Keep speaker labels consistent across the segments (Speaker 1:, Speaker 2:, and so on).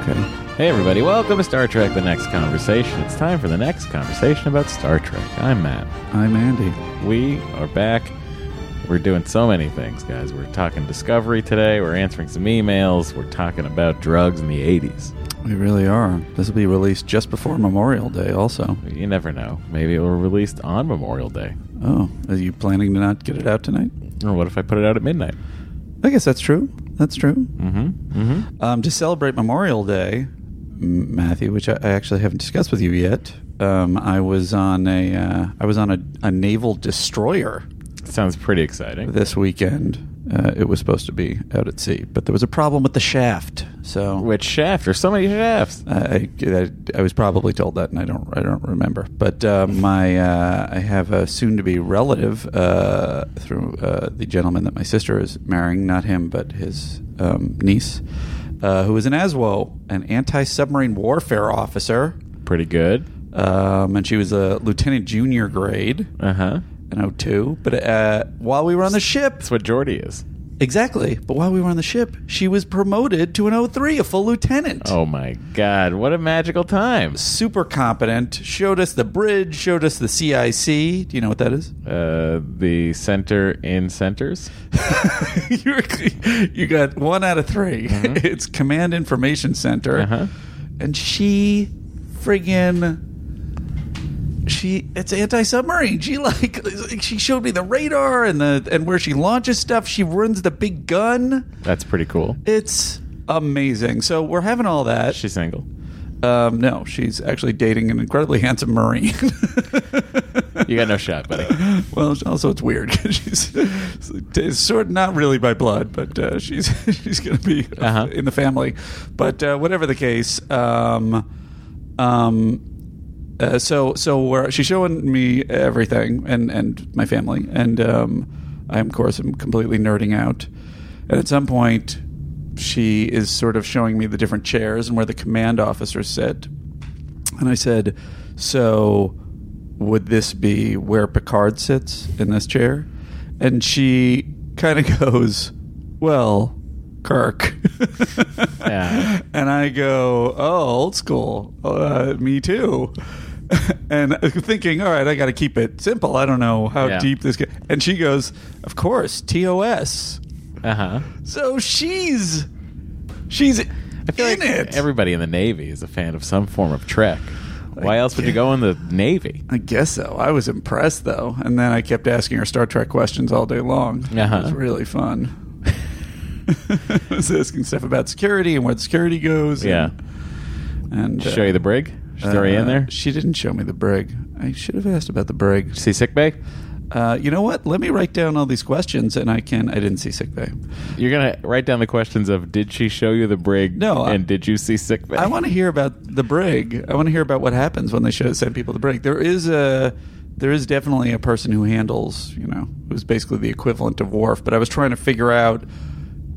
Speaker 1: Okay.
Speaker 2: Hey, everybody, welcome to Star Trek The Next Conversation. It's time for the next conversation about Star Trek. I'm Matt.
Speaker 1: I'm Andy.
Speaker 2: We are back. We're doing so many things, guys. We're talking Discovery today, we're answering some emails, we're talking about drugs in the 80s.
Speaker 1: We really are. This will be released just before Memorial Day, also.
Speaker 2: You never know. Maybe it will be released on Memorial Day.
Speaker 1: Oh, are you planning to not get it out tonight?
Speaker 2: Or what if I put it out at midnight?
Speaker 1: I guess that's true. That's true.
Speaker 2: Mm-hmm. Mm-hmm.
Speaker 1: Um, to celebrate Memorial Day, M- Matthew, which I, I actually haven't discussed with you yet, um, I was on a uh, I was on a, a naval destroyer
Speaker 2: Sounds pretty exciting.
Speaker 1: this weekend. Uh, it was supposed to be out at sea, but there was a problem with the shaft. So
Speaker 2: Which shaft? There's so many shafts.
Speaker 1: I, I, I was probably told that, and I don't I don't remember. But uh, my uh, I have a soon-to-be relative uh, through uh, the gentleman that my sister is marrying, not him, but his um, niece, uh, who is an ASWO, an anti-submarine warfare officer,
Speaker 2: Pretty good.
Speaker 1: um, and she was a lieutenant junior grade
Speaker 2: Uh huh.
Speaker 1: in 02. But uh, while we were on the ship,
Speaker 2: That's what Geordie is.
Speaker 1: exactly. But while we were on the ship, she was promoted to an 03, a full lieutenant.
Speaker 2: Oh my God! What a magical time.
Speaker 1: super competent. Showed us the bridge. Showed us the CIC. Do you know what that is?
Speaker 2: Uh, the center in centers.
Speaker 1: you were- you got one out of 3 it's Command Information Center,
Speaker 2: Mm-hmm. Uh-huh.
Speaker 1: and she friggin' she it's anti submarine. She like she showed me the radar and the and where she launches stuff. She runs the big gun.
Speaker 2: That's pretty cool.
Speaker 1: It's amazing. So we're having all that.
Speaker 2: She's single.
Speaker 1: Um, no, she's actually dating an incredibly handsome marine.
Speaker 2: You got no shot, buddy.
Speaker 1: Well, it's- also it's weird 'cause she's it's sort of not really by blood, but uh, she's she's going to be uh,
Speaker 2: Uh-huh.
Speaker 1: in the family. But uh, whatever the case, um, um, uh, so so we're, she's showing me everything and and my family, and um, I'm of course I'm completely nerding out. And at some point, she is sort of showing me the different chairs and where the command officers sit, and I said, "So, would this be where Picard sits in this chair?" And she kind of goes, "Well, Kirk."
Speaker 2: Yeah.
Speaker 1: And I go, "Oh, old school. Uh, me too." and thinking, "All right, I got to keep it simple. I don't know how
Speaker 2: Yeah.
Speaker 1: deep this." Get. And she goes, "Of course, TOS."
Speaker 2: Uh huh.
Speaker 1: So she's she's
Speaker 2: I feel
Speaker 1: in
Speaker 2: like
Speaker 1: it.
Speaker 2: everybody in the Navy is a fan of some form of Trek. Why else would you go in the Navy?
Speaker 1: I guess so. I was impressed though, and then I kept asking her Star Trek questions all day long.
Speaker 2: Uh-huh.
Speaker 1: It was really fun. I was asking stuff about security and where security goes. and-
Speaker 2: Yeah.
Speaker 1: and uh,
Speaker 2: Show you the brig. She's already in there.
Speaker 1: She didn't show me the brig. I should have asked about the brig.
Speaker 2: See sick bay.
Speaker 1: Uh, you know what? Let me write down all these questions, and I can. I didn't see sick bay.
Speaker 2: You're gonna write down the questions of did she show you the brig?
Speaker 1: No, I-
Speaker 2: And did you see sick bay?
Speaker 1: I want to hear about the brig. I want to hear about what happens when they show, send people to brig. There is a, there is definitely a person who handles, you know, who's basically the equivalent of Worf. But I was trying to figure out,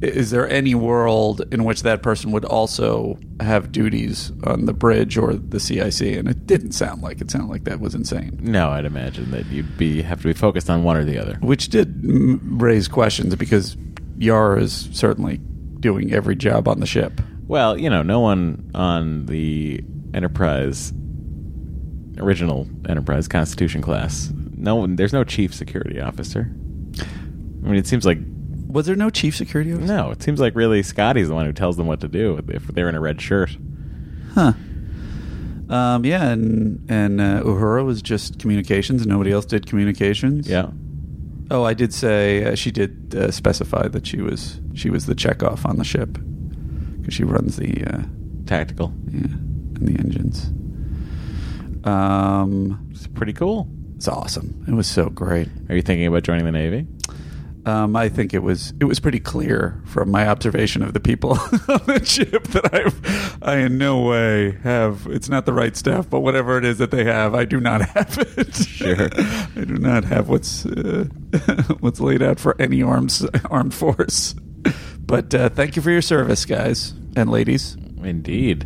Speaker 1: i- is there any world in which that person would also have duties on the bridge or the CIC? And it didn't sound like it sounded like that was insane.
Speaker 2: No, I'd imagine that you'd be have to be focused on one or the other.
Speaker 1: Which did mm, raise questions because Yara is certainly doing every job on the ship.
Speaker 2: Well, you know, no one on the Enterprise original Enterprise Constitution class. No one. There's no chief security officer. I mean, it seems like
Speaker 1: Was there no chief security officer?
Speaker 2: no. It seems like really Scotty's the one who tells them what to do if they're in a red shirt.
Speaker 1: Huh. Um, yeah, and and uh, Uhura was just communications. Nobody else did communications.
Speaker 2: Yeah.
Speaker 1: Oh, I did say uh, she did uh, specify that she was she was the checkoff on the ship because she runs the uh,
Speaker 2: Tactical.
Speaker 1: yeah and the engines. Um,
Speaker 2: It's pretty cool.
Speaker 1: it's awesome. It was so great.
Speaker 2: Are you thinking about joining the Navy?
Speaker 1: Uh, Um, I think it was it was pretty clear from my observation of the people on the ship that I I in no way have it's not the right stuff, but whatever it is that they have, I do not have it.
Speaker 2: Sure.
Speaker 1: I do not have what's uh, what's laid out for any arms armed force. But uh, thank you for your service, guys and ladies.
Speaker 2: Indeed.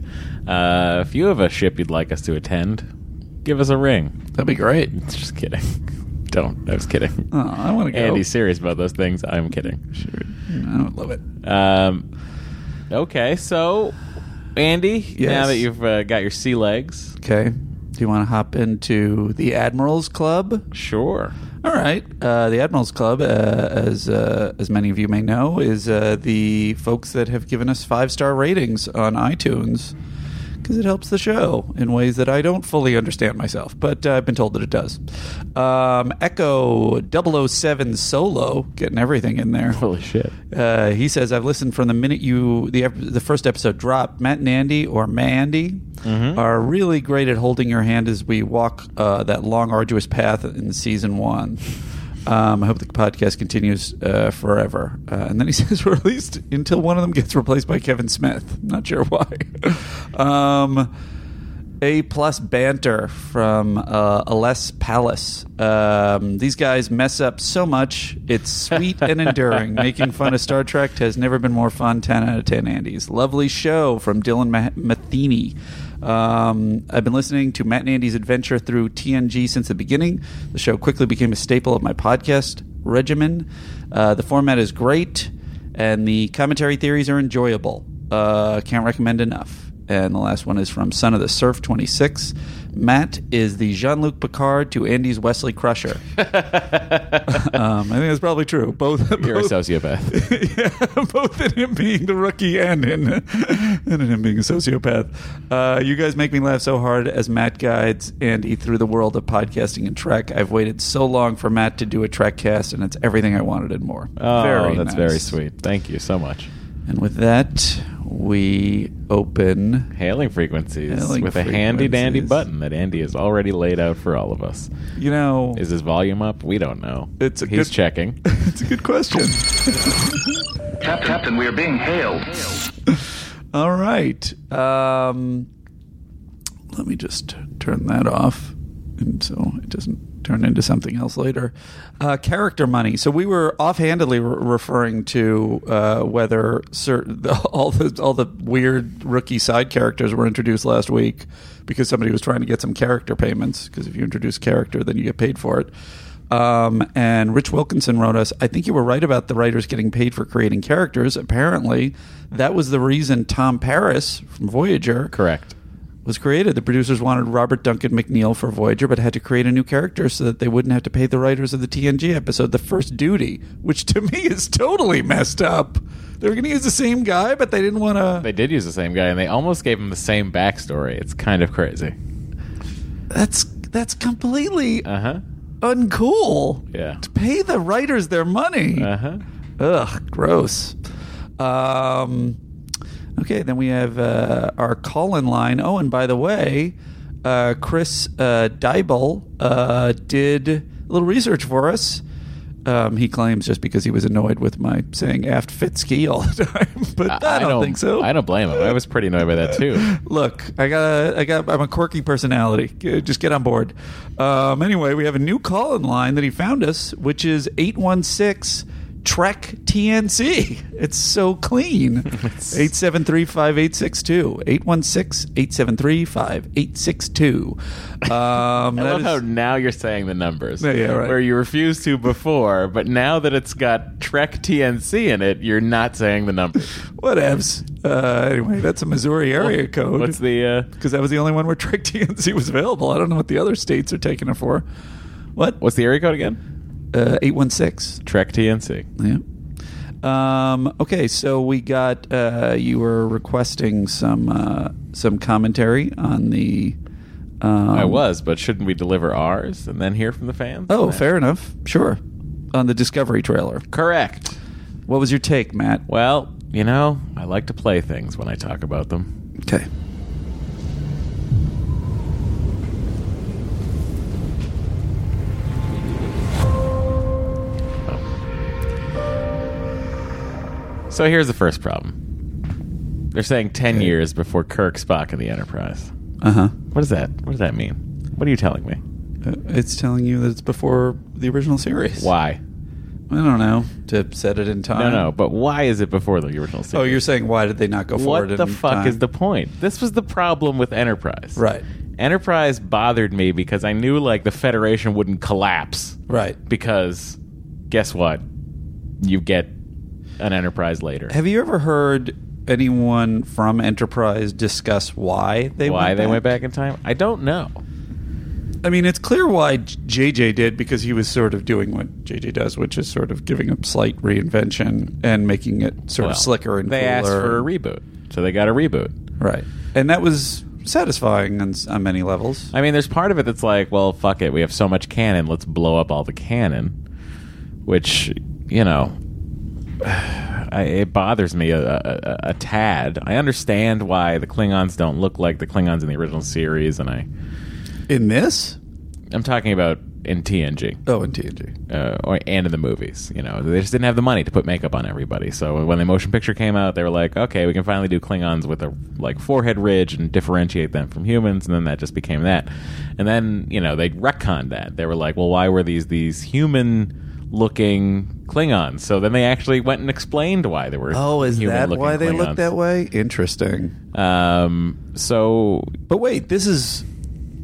Speaker 2: Uh, if you have a ship you'd like us to attend, give us a ring.
Speaker 1: That'd be great.
Speaker 2: Just kidding. Don't. I was kidding.
Speaker 1: Oh, I want to go.
Speaker 2: Andy's serious about those things. I'm kidding.
Speaker 1: Sure. I would love it.
Speaker 2: Um, okay, so Andy, now
Speaker 1: Yes.
Speaker 2: that you've uh, got your sea legs,
Speaker 1: Okay. Do you want to hop into the Admirals Club?
Speaker 2: sure.
Speaker 1: All right. Uh, the Admirals Club, uh, as uh, as many of you may know, is uh, the folks that have given us five star ratings on iTunes because it helps the show in ways that I don't fully understand myself, but uh, I've been told that it does. Um, Echo 007 Solo, getting everything in there.
Speaker 2: Holy shit.
Speaker 1: Uh, he says, "I've listened from the minute you the ep- the first episode dropped. Matt and Andy or Mandy are really great at holding your hand as we walk uh, that long, arduous path in season one." Um, I hope the podcast continues uh, forever. Uh, and then he says, "We're released until one of them gets replaced by Kevin Smith. Not sure why." um, a plus banter from uh, Aless Palace. Um, these guys mess up so much. It's sweet and enduring. Making fun of Star Trek has never been more fun. 10 out of 10 Andes. Lovely show from Dylan Ma- Matheny. Um, I've been listening to Matt and Andy's adventure through TNG since the beginning. The show quickly became a staple of my podcast regimen. Uh, the format is great, and the commentary theories are enjoyable. Uh, can't recommend enough. And the last one is from Son of the Surf 26. Matt is the Jean Luc Picard to Andy's Wesley Crusher. um, I think that's probably true. Both,
Speaker 2: You're a
Speaker 1: both-
Speaker 2: sociopath.
Speaker 1: yeah, both in him being the rookie and in, and in him being a sociopath. Uh, you guys make me laugh so hard as Matt guides Andy through the world of podcasting and Trek. I've waited so long for Matt to do a Trek cast, and it's everything I wanted and more.
Speaker 2: Oh,
Speaker 1: Very
Speaker 2: that's
Speaker 1: nice.
Speaker 2: very sweet. Thank you so much.
Speaker 1: And with that, we open.
Speaker 2: Hailing frequencies
Speaker 1: Hailing
Speaker 2: with a handy dandy
Speaker 1: frequencies.
Speaker 2: button that Andy has already laid out for all of us.
Speaker 1: You know,
Speaker 2: Is his volume up? We don't know.
Speaker 1: It's a
Speaker 2: He's
Speaker 1: good-
Speaker 2: checking.
Speaker 1: it's a good question.
Speaker 3: Captain, Captain, we are being hailed.
Speaker 1: All right. Um, let me just turn that off, and so it doesn't turn into something else later. Uh, character money. So we were offhandedly re- referring to uh, whether certain the, all the all the weird rookie side characters were introduced last week because somebody was trying to get some character payments. Because if you introduce character, then you get paid for it. Um, and Rich Wilkinson wrote us, I think you were right about the writers getting paid for creating characters. Apparently, that was the reason Tom Paris from Voyager
Speaker 2: Correct.
Speaker 1: was created. The producers wanted Robert Duncan McNeil for Voyager, but had to create a new character so that they wouldn't have to pay the writers of the TNG episode the first duty, which to me is totally messed up. They were going to use the same guy, but they didn't want to.
Speaker 2: They did use the same guy, and they almost gave him the same backstory. It's kind of crazy.
Speaker 1: That's that's completely
Speaker 2: Uh huh.
Speaker 1: uncool.
Speaker 2: Yeah.
Speaker 1: To pay the writers their money.
Speaker 2: Uh huh.
Speaker 1: Ugh, gross. Um, okay, then we have uh, our call in line. Oh, and by the way, uh, Chris uh, Dybel uh, did a little research for us. Um, he claims just because he was annoyed with my saying aft Fitzky all the time, but I, don't, think so.
Speaker 2: I don't blame him. I was pretty annoyed by that too.
Speaker 1: Look, I got, I got, I'm a quirky personality. G- Just get on board. Um, anyway, we have a new call in line that he found us, which is eight one six Trek TNC. It's so clean. 873 5862. 816 873 5862. Um, that
Speaker 2: I love
Speaker 1: is-
Speaker 2: how now you're saying the numbers.
Speaker 1: Yeah, yeah, right.
Speaker 2: Where you refused to before, but now that it's got Trek TNC in it, you're not saying the numbers.
Speaker 1: whatevs. Uh, anyway, that's a Missouri area code.
Speaker 2: What's the uh,
Speaker 1: Because that was the only one where Trek TNC was available. I don't know what the other states are taking it for. What?
Speaker 2: what's the area code again?
Speaker 1: Uh, 816.
Speaker 2: Trek TNC.
Speaker 1: Yeah. Um, okay, so we got uh, you were requesting some uh, some commentary on the. Um,
Speaker 2: I was, but shouldn't we deliver ours and then hear from the fans?
Speaker 1: Oh,
Speaker 2: Matt?
Speaker 1: fair enough. Sure. On the Discovery trailer,
Speaker 2: Correct.
Speaker 1: what was your take, Matt?
Speaker 2: Well, you know, I like to play things when I talk about them.
Speaker 1: Okay.
Speaker 2: Oh. So here's the first problem. They're saying ten years before Kirk, Spock, and the Enterprise.
Speaker 1: Uh-huh.
Speaker 2: What is that? What does that mean? What are you telling me?
Speaker 1: Uh, It's telling you that it's before the original series.
Speaker 2: Why?
Speaker 1: I don't know. To set it in time.
Speaker 2: No, no. But why is it before the original series?
Speaker 1: Oh, you're saying why did they not go forward?
Speaker 2: what the
Speaker 1: in
Speaker 2: fuck
Speaker 1: time?
Speaker 2: is the point? This was the problem with Enterprise.
Speaker 1: Right.
Speaker 2: Enterprise bothered me because I knew like the Federation wouldn't collapse
Speaker 1: right?
Speaker 2: because guess what? You get an Enterprise later.
Speaker 1: Have you ever heard anyone from Enterprise discuss why they
Speaker 2: why
Speaker 1: went
Speaker 2: they
Speaker 1: back?
Speaker 2: went back in time? I don't know.
Speaker 1: I mean, it's clear why J- JJ did because he was sort of doing what JJ does, which is sort of giving a slight reinvention and making it sort
Speaker 2: Well,
Speaker 1: of slicker and
Speaker 2: they asked
Speaker 1: cooler.
Speaker 2: for a reboot, so they got a reboot.
Speaker 1: right, and that was satisfying on, s- on many levels.
Speaker 2: I mean, there's part of it that's like, well, fuck it. We have so much cannon. Let's blow up all the cannon. Which, you know, I, it bothers me a, a, a tad. I understand why the Klingons don't look like the Klingons in the original series, and I,
Speaker 1: In this,
Speaker 2: I'm talking about in TNG
Speaker 1: oh, in TNG,
Speaker 2: uh, or, and in the movies. You know, they just didn't have the money to put makeup on everybody. So when the motion picture came out, they were like, okay, we can finally do Klingons with a like forehead ridge and differentiate them from humans. And then that just became that. And then you know they retconned that. They were like, well, why were these these human? Looking Klingons, so then they actually went and explained why they were.
Speaker 1: Oh,
Speaker 2: human-looking Klingons.
Speaker 1: way? Interesting.
Speaker 2: Um, so
Speaker 1: But wait, this is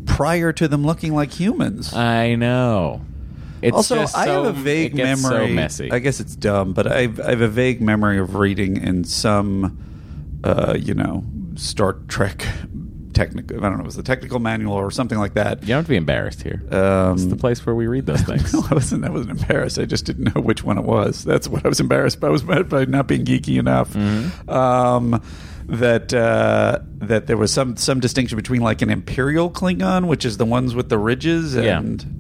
Speaker 1: prior to them looking like humans.
Speaker 2: I know. It's
Speaker 1: also,
Speaker 2: just
Speaker 1: I
Speaker 2: so-
Speaker 1: have a vague
Speaker 2: it gets
Speaker 1: memory.
Speaker 2: So messy.
Speaker 1: I guess it's dumb, but I've, I have a vague memory of reading in some, uh, you know, Star Trek technical. I don't know, it was the technical manual or something like that.
Speaker 2: you don't have to be embarrassed here.
Speaker 1: Um,
Speaker 2: it's the place where we read those things.
Speaker 1: no, I wasn't. I wasn't embarrassed. I just didn't know which one it was. That's what I was embarrassed by. I was mad by not being geeky enough.
Speaker 2: Mm-hmm.
Speaker 1: Um, that uh, that there was some some distinction between like an imperial Klingon, which is the ones with the ridges,
Speaker 2: Yeah.
Speaker 1: and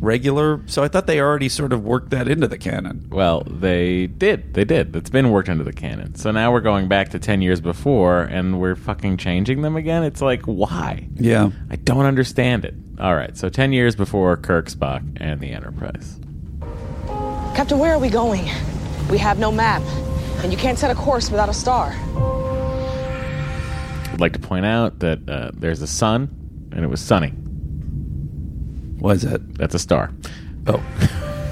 Speaker 1: regular. So I thought they already sort of worked that into the canon.
Speaker 2: Well, they did. They did. That's been worked into the canon. So now we're going back to 10 years before and we're fucking changing them again. It's like, why?
Speaker 1: Yeah.
Speaker 2: I don't understand it. All right. So 10 years before Kirk, Spock, and the Enterprise.
Speaker 4: Captain, where are we going? We have no map, and you can't set a course without a star.
Speaker 2: I'd like to point out that uh, there's a sun and it was sunny.
Speaker 1: Was it?
Speaker 2: That's a star.
Speaker 1: Oh,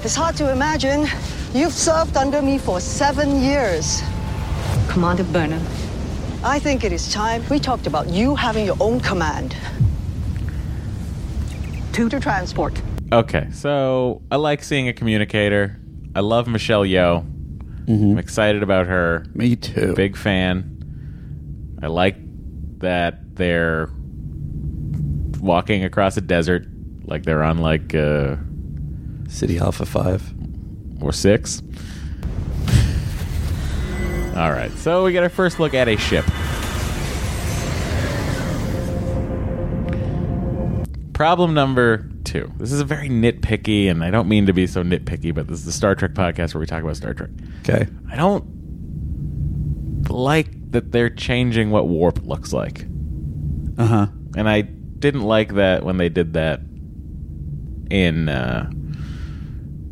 Speaker 5: It's hard to imagine. You've served under me for seven years.
Speaker 6: Commander Burnham,
Speaker 5: I think it is time we talked about you having your own command.
Speaker 6: two to transport.
Speaker 2: Okay. So I like seeing a communicator. I love Michelle Yeoh. I'm excited about her.
Speaker 1: Mm-hmm. me too.
Speaker 2: big fan. I like that they're walking across a desert, like they're on like uh,
Speaker 1: City Alpha Five.
Speaker 2: or six. All right, so we get our first look at a ship. Problem number two. This is a very nitpicky, and I don't mean to be so nitpicky, but this is the Star Trek podcast where we talk about Star Trek.
Speaker 1: Okay.
Speaker 2: I don't like that they're changing what warp looks like.
Speaker 1: Uh huh.
Speaker 2: And I didn't like that when they did that in uh,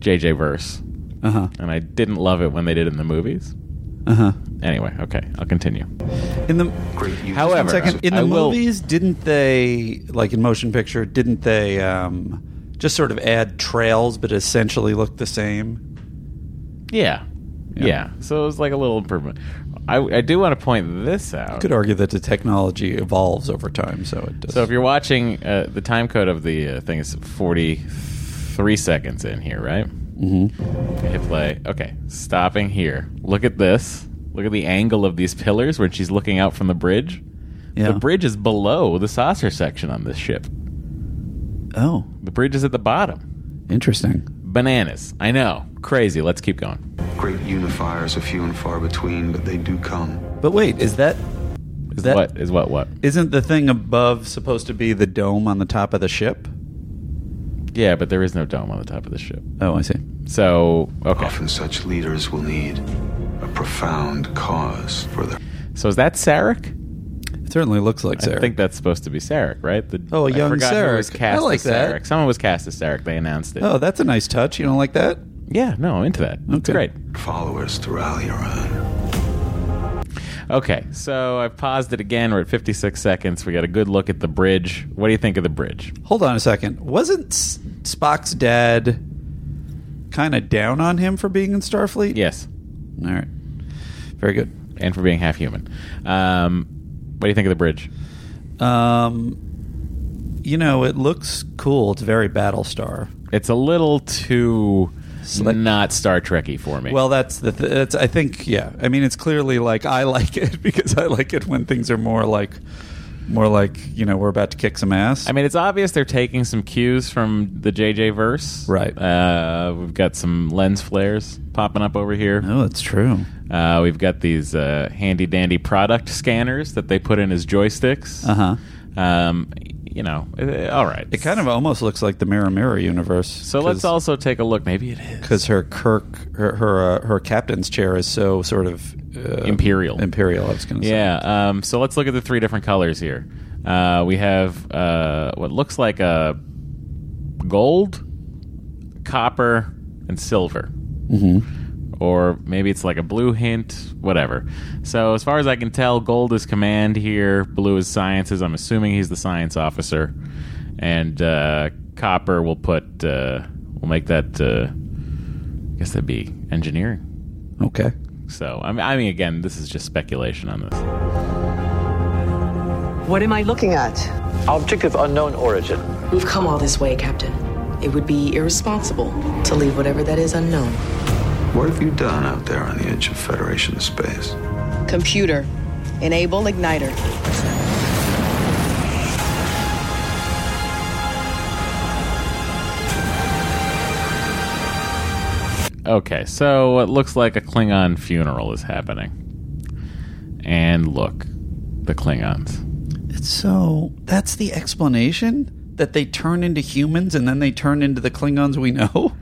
Speaker 2: JJ Verse.
Speaker 1: Uh huh.
Speaker 2: And I didn't love it when they did it in the movies.
Speaker 1: Uh huh.
Speaker 2: Anyway, okay, I'll continue.
Speaker 1: In the
Speaker 2: However,
Speaker 1: second, in the
Speaker 2: I will-
Speaker 1: movies, didn't they like in motion picture? Didn't they um, just sort of add trails, but essentially look the same?
Speaker 2: yeah, yeah,
Speaker 1: Yeah.
Speaker 2: So it was like a little improvement. I, I do want to point this out.
Speaker 1: Could argue that the technology evolves over time, so it does.
Speaker 2: So if you're watching, uh, the time code of the uh, thing is 43 seconds in here, right? Mm-hmm. Hit play. Okay, stopping here. Look at this. Look at the angle of these pillars when she's looking out from the bridge.
Speaker 1: yeah.
Speaker 2: The bridge is below the saucer section on this ship.
Speaker 1: Oh,
Speaker 2: The bridge is at the bottom.
Speaker 1: interesting.
Speaker 2: Bananas. I know. Crazy. Let's keep going.
Speaker 7: Great unifiers are few and far between, but they do come.
Speaker 1: But wait, is that
Speaker 2: Is
Speaker 1: That-
Speaker 2: what is what what?
Speaker 1: isn't the thing above supposed to be the dome on the top of the ship?
Speaker 2: Yeah, but there is no dome on the top of the ship.
Speaker 1: Oh, I see.
Speaker 2: So okay.
Speaker 7: Often such leaders will need a profound cause for their
Speaker 2: So is that Sarek?
Speaker 1: It certainly looks like
Speaker 2: I
Speaker 1: Sarah.
Speaker 2: think that's supposed to be Sarek, right? The,
Speaker 1: Oh, a
Speaker 2: I
Speaker 1: young
Speaker 2: forgot Who was
Speaker 1: Sarek. I
Speaker 2: cast
Speaker 1: like
Speaker 2: as
Speaker 1: that.
Speaker 2: Sarek. Someone was cast as Sarek. They announced it.
Speaker 1: oh, that's a nice touch. You don't like that?
Speaker 2: Yeah, no, I'm into that. That's
Speaker 1: Okay.
Speaker 2: great.
Speaker 7: followers to rally around.
Speaker 2: Okay, so I've paused it again. We're at 56 seconds. We got a good look at the bridge. What do you think of the bridge?
Speaker 1: Hold on a second. Wasn't S- Spock's dad kind of down on him for being in Starfleet?
Speaker 2: Yes,
Speaker 1: All right. Very good.
Speaker 2: and for being half human. Um, what do you think of the bridge?
Speaker 1: Um, you know, it looks cool. It's very Battlestar.
Speaker 2: It's a little too
Speaker 1: Slick.
Speaker 2: not Star Trekky for me.
Speaker 1: Well, that's the. Th- that's I think. Yeah. I mean, it's clearly like I like it because I like it when things are more like, more like you know we're about to kick some ass.
Speaker 2: I mean, it's obvious they're taking some cues from the JJ verse,
Speaker 1: Right.
Speaker 2: Uh, we've got some lens flares popping up over here.
Speaker 1: oh, that's true.
Speaker 2: Uh, we've got these uh, handy dandy product scanners that they put in as joysticks.
Speaker 1: Uh huh.
Speaker 2: Um, you know, eh, all right.
Speaker 1: It kind of almost looks like the Mirror Mirror universe.
Speaker 2: So let's also take a look. Maybe it is.
Speaker 1: because her Kirk, her her, uh, her captain's chair is so sort of uh,
Speaker 2: Imperial.
Speaker 1: Imperial. I was going to say.
Speaker 2: Yeah. Um, so let's look at the three different colors here. Uh, we have uh, what looks like a gold, copper, and silver. Or maybe it's like a blue hint, whatever. So, as far as I can tell, gold is command here, blue is sciences. I'm assuming he's the science officer. And uh, copper will put, uh, will make that, uh, I guess that'd be engineering.
Speaker 1: Okay.
Speaker 2: So, I mean, I mean, again, this is just speculation on this.
Speaker 6: What am I looking at?
Speaker 8: Object of unknown origin.
Speaker 9: We've come all this way, Captain. It would be irresponsible to leave whatever that is unknown.
Speaker 7: What have you done out there on the edge of Federation space?
Speaker 4: Computer, enable igniter.
Speaker 2: Okay, so it looks like a Klingon funeral is happening. And look, the Klingons.
Speaker 1: It's uh, so Oh, that's the explanation that they turn into humans and then they turn into the Klingons we know.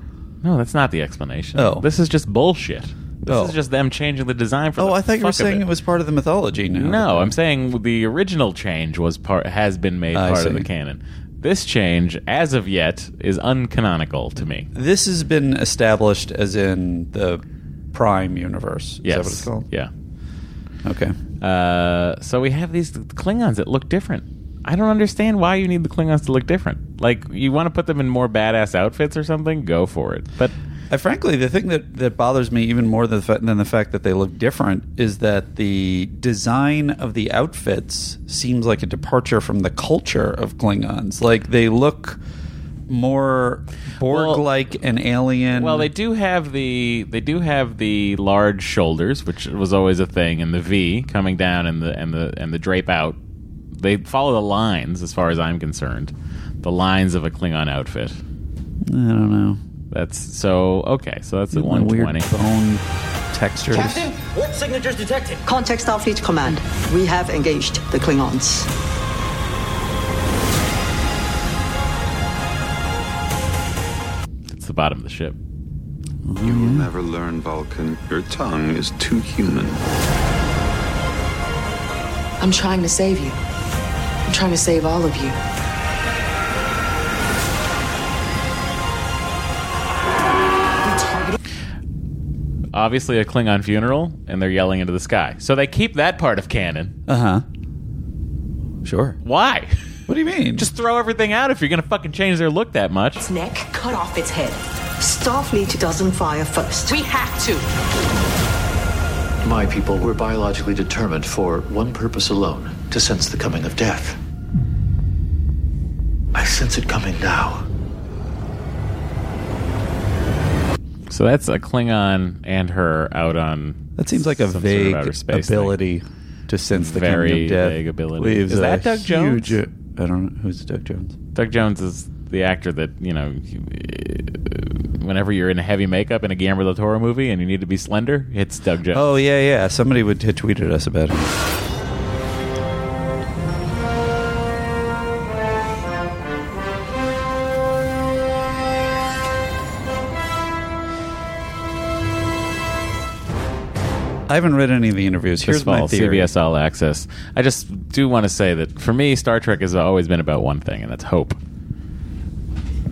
Speaker 2: No, that's not the explanation.
Speaker 1: Oh.
Speaker 2: This is just bullshit. This
Speaker 1: Oh.
Speaker 2: is just them changing the design for
Speaker 1: Oh,
Speaker 2: the
Speaker 1: I thought you were
Speaker 2: fuck of
Speaker 1: saying
Speaker 2: it.
Speaker 1: it. was part of the mythology. Now.
Speaker 2: No, I'm saying the original change was part has been made
Speaker 1: I
Speaker 2: part of
Speaker 1: see.
Speaker 2: the canon. This change, as of yet, is uncanonical to me.
Speaker 1: this has been established as in the Prime universe. Is
Speaker 2: Yes.
Speaker 1: that what it's called?
Speaker 2: Yeah.
Speaker 1: Okay.
Speaker 2: Uh, so we have these Klingons that look different. I don't understand why you need the Klingons to look different. Like, you want to put them in more badass outfits or something? Go for it. But
Speaker 1: I, frankly, the thing that, that bothers me even more than the, fa- than the fact that they look different is that the design of the outfits seems like a departure from the culture of Klingons. Like they look more Borg-like and alien.
Speaker 2: well, they do have the they do have the large shoulders, which was always a thing, and the V coming down and the and the and the drape out. They follow the lines, as far as I'm concerned, the lines of a Klingon outfit.
Speaker 1: I don't know.
Speaker 2: That's so okay. So that's the
Speaker 1: One weird
Speaker 2: 120.
Speaker 1: bone textures.
Speaker 8: what signatures detected?
Speaker 6: Contact Starfleet Command. We have engaged the Klingons.
Speaker 2: It's the bottom of the ship.
Speaker 7: You will never learn Vulcan. Your tongue is too human.
Speaker 9: I'm trying to save you. I'm trying to save all of you.
Speaker 2: Obviously, a Klingon funeral, and they're yelling into the sky. So they keep that part of canon.
Speaker 1: Uh huh. Sure.
Speaker 2: Why?
Speaker 1: What do you mean?
Speaker 2: Just throw everything out if you're gonna fucking change their look that much.
Speaker 9: Its neck, cut off its head.
Speaker 6: Starfleet doesn't fire first.
Speaker 9: We have to.
Speaker 8: My people were biologically determined for one purpose alone to sense the coming of death. I sense it coming now.
Speaker 2: So that's a Klingon and her out on.
Speaker 1: That seems like a
Speaker 2: some sort of
Speaker 1: vague
Speaker 2: outer space thing.
Speaker 1: ability to sense the coming
Speaker 2: Very
Speaker 1: of death.
Speaker 2: vague ability.
Speaker 1: Leaves
Speaker 2: Is that
Speaker 1: a
Speaker 2: Doug
Speaker 1: huge- uh,
Speaker 2: Jones?
Speaker 1: I don't know who's Doug Jones.
Speaker 2: Doug Jones is the actor that you know. uh, Whenever you're in heavy makeup in a Guillermo del Toro movie and you need to be slender, it's Doug Jones.
Speaker 1: Oh yeah, yeah. Somebody would had tweeted us about him. I haven't read any of the interviews.
Speaker 2: This
Speaker 1: Here's my
Speaker 2: fall,
Speaker 1: theory.
Speaker 2: CBS All Access. I just do want to say that for me, Star Trek has always been about one thing, and that's hope.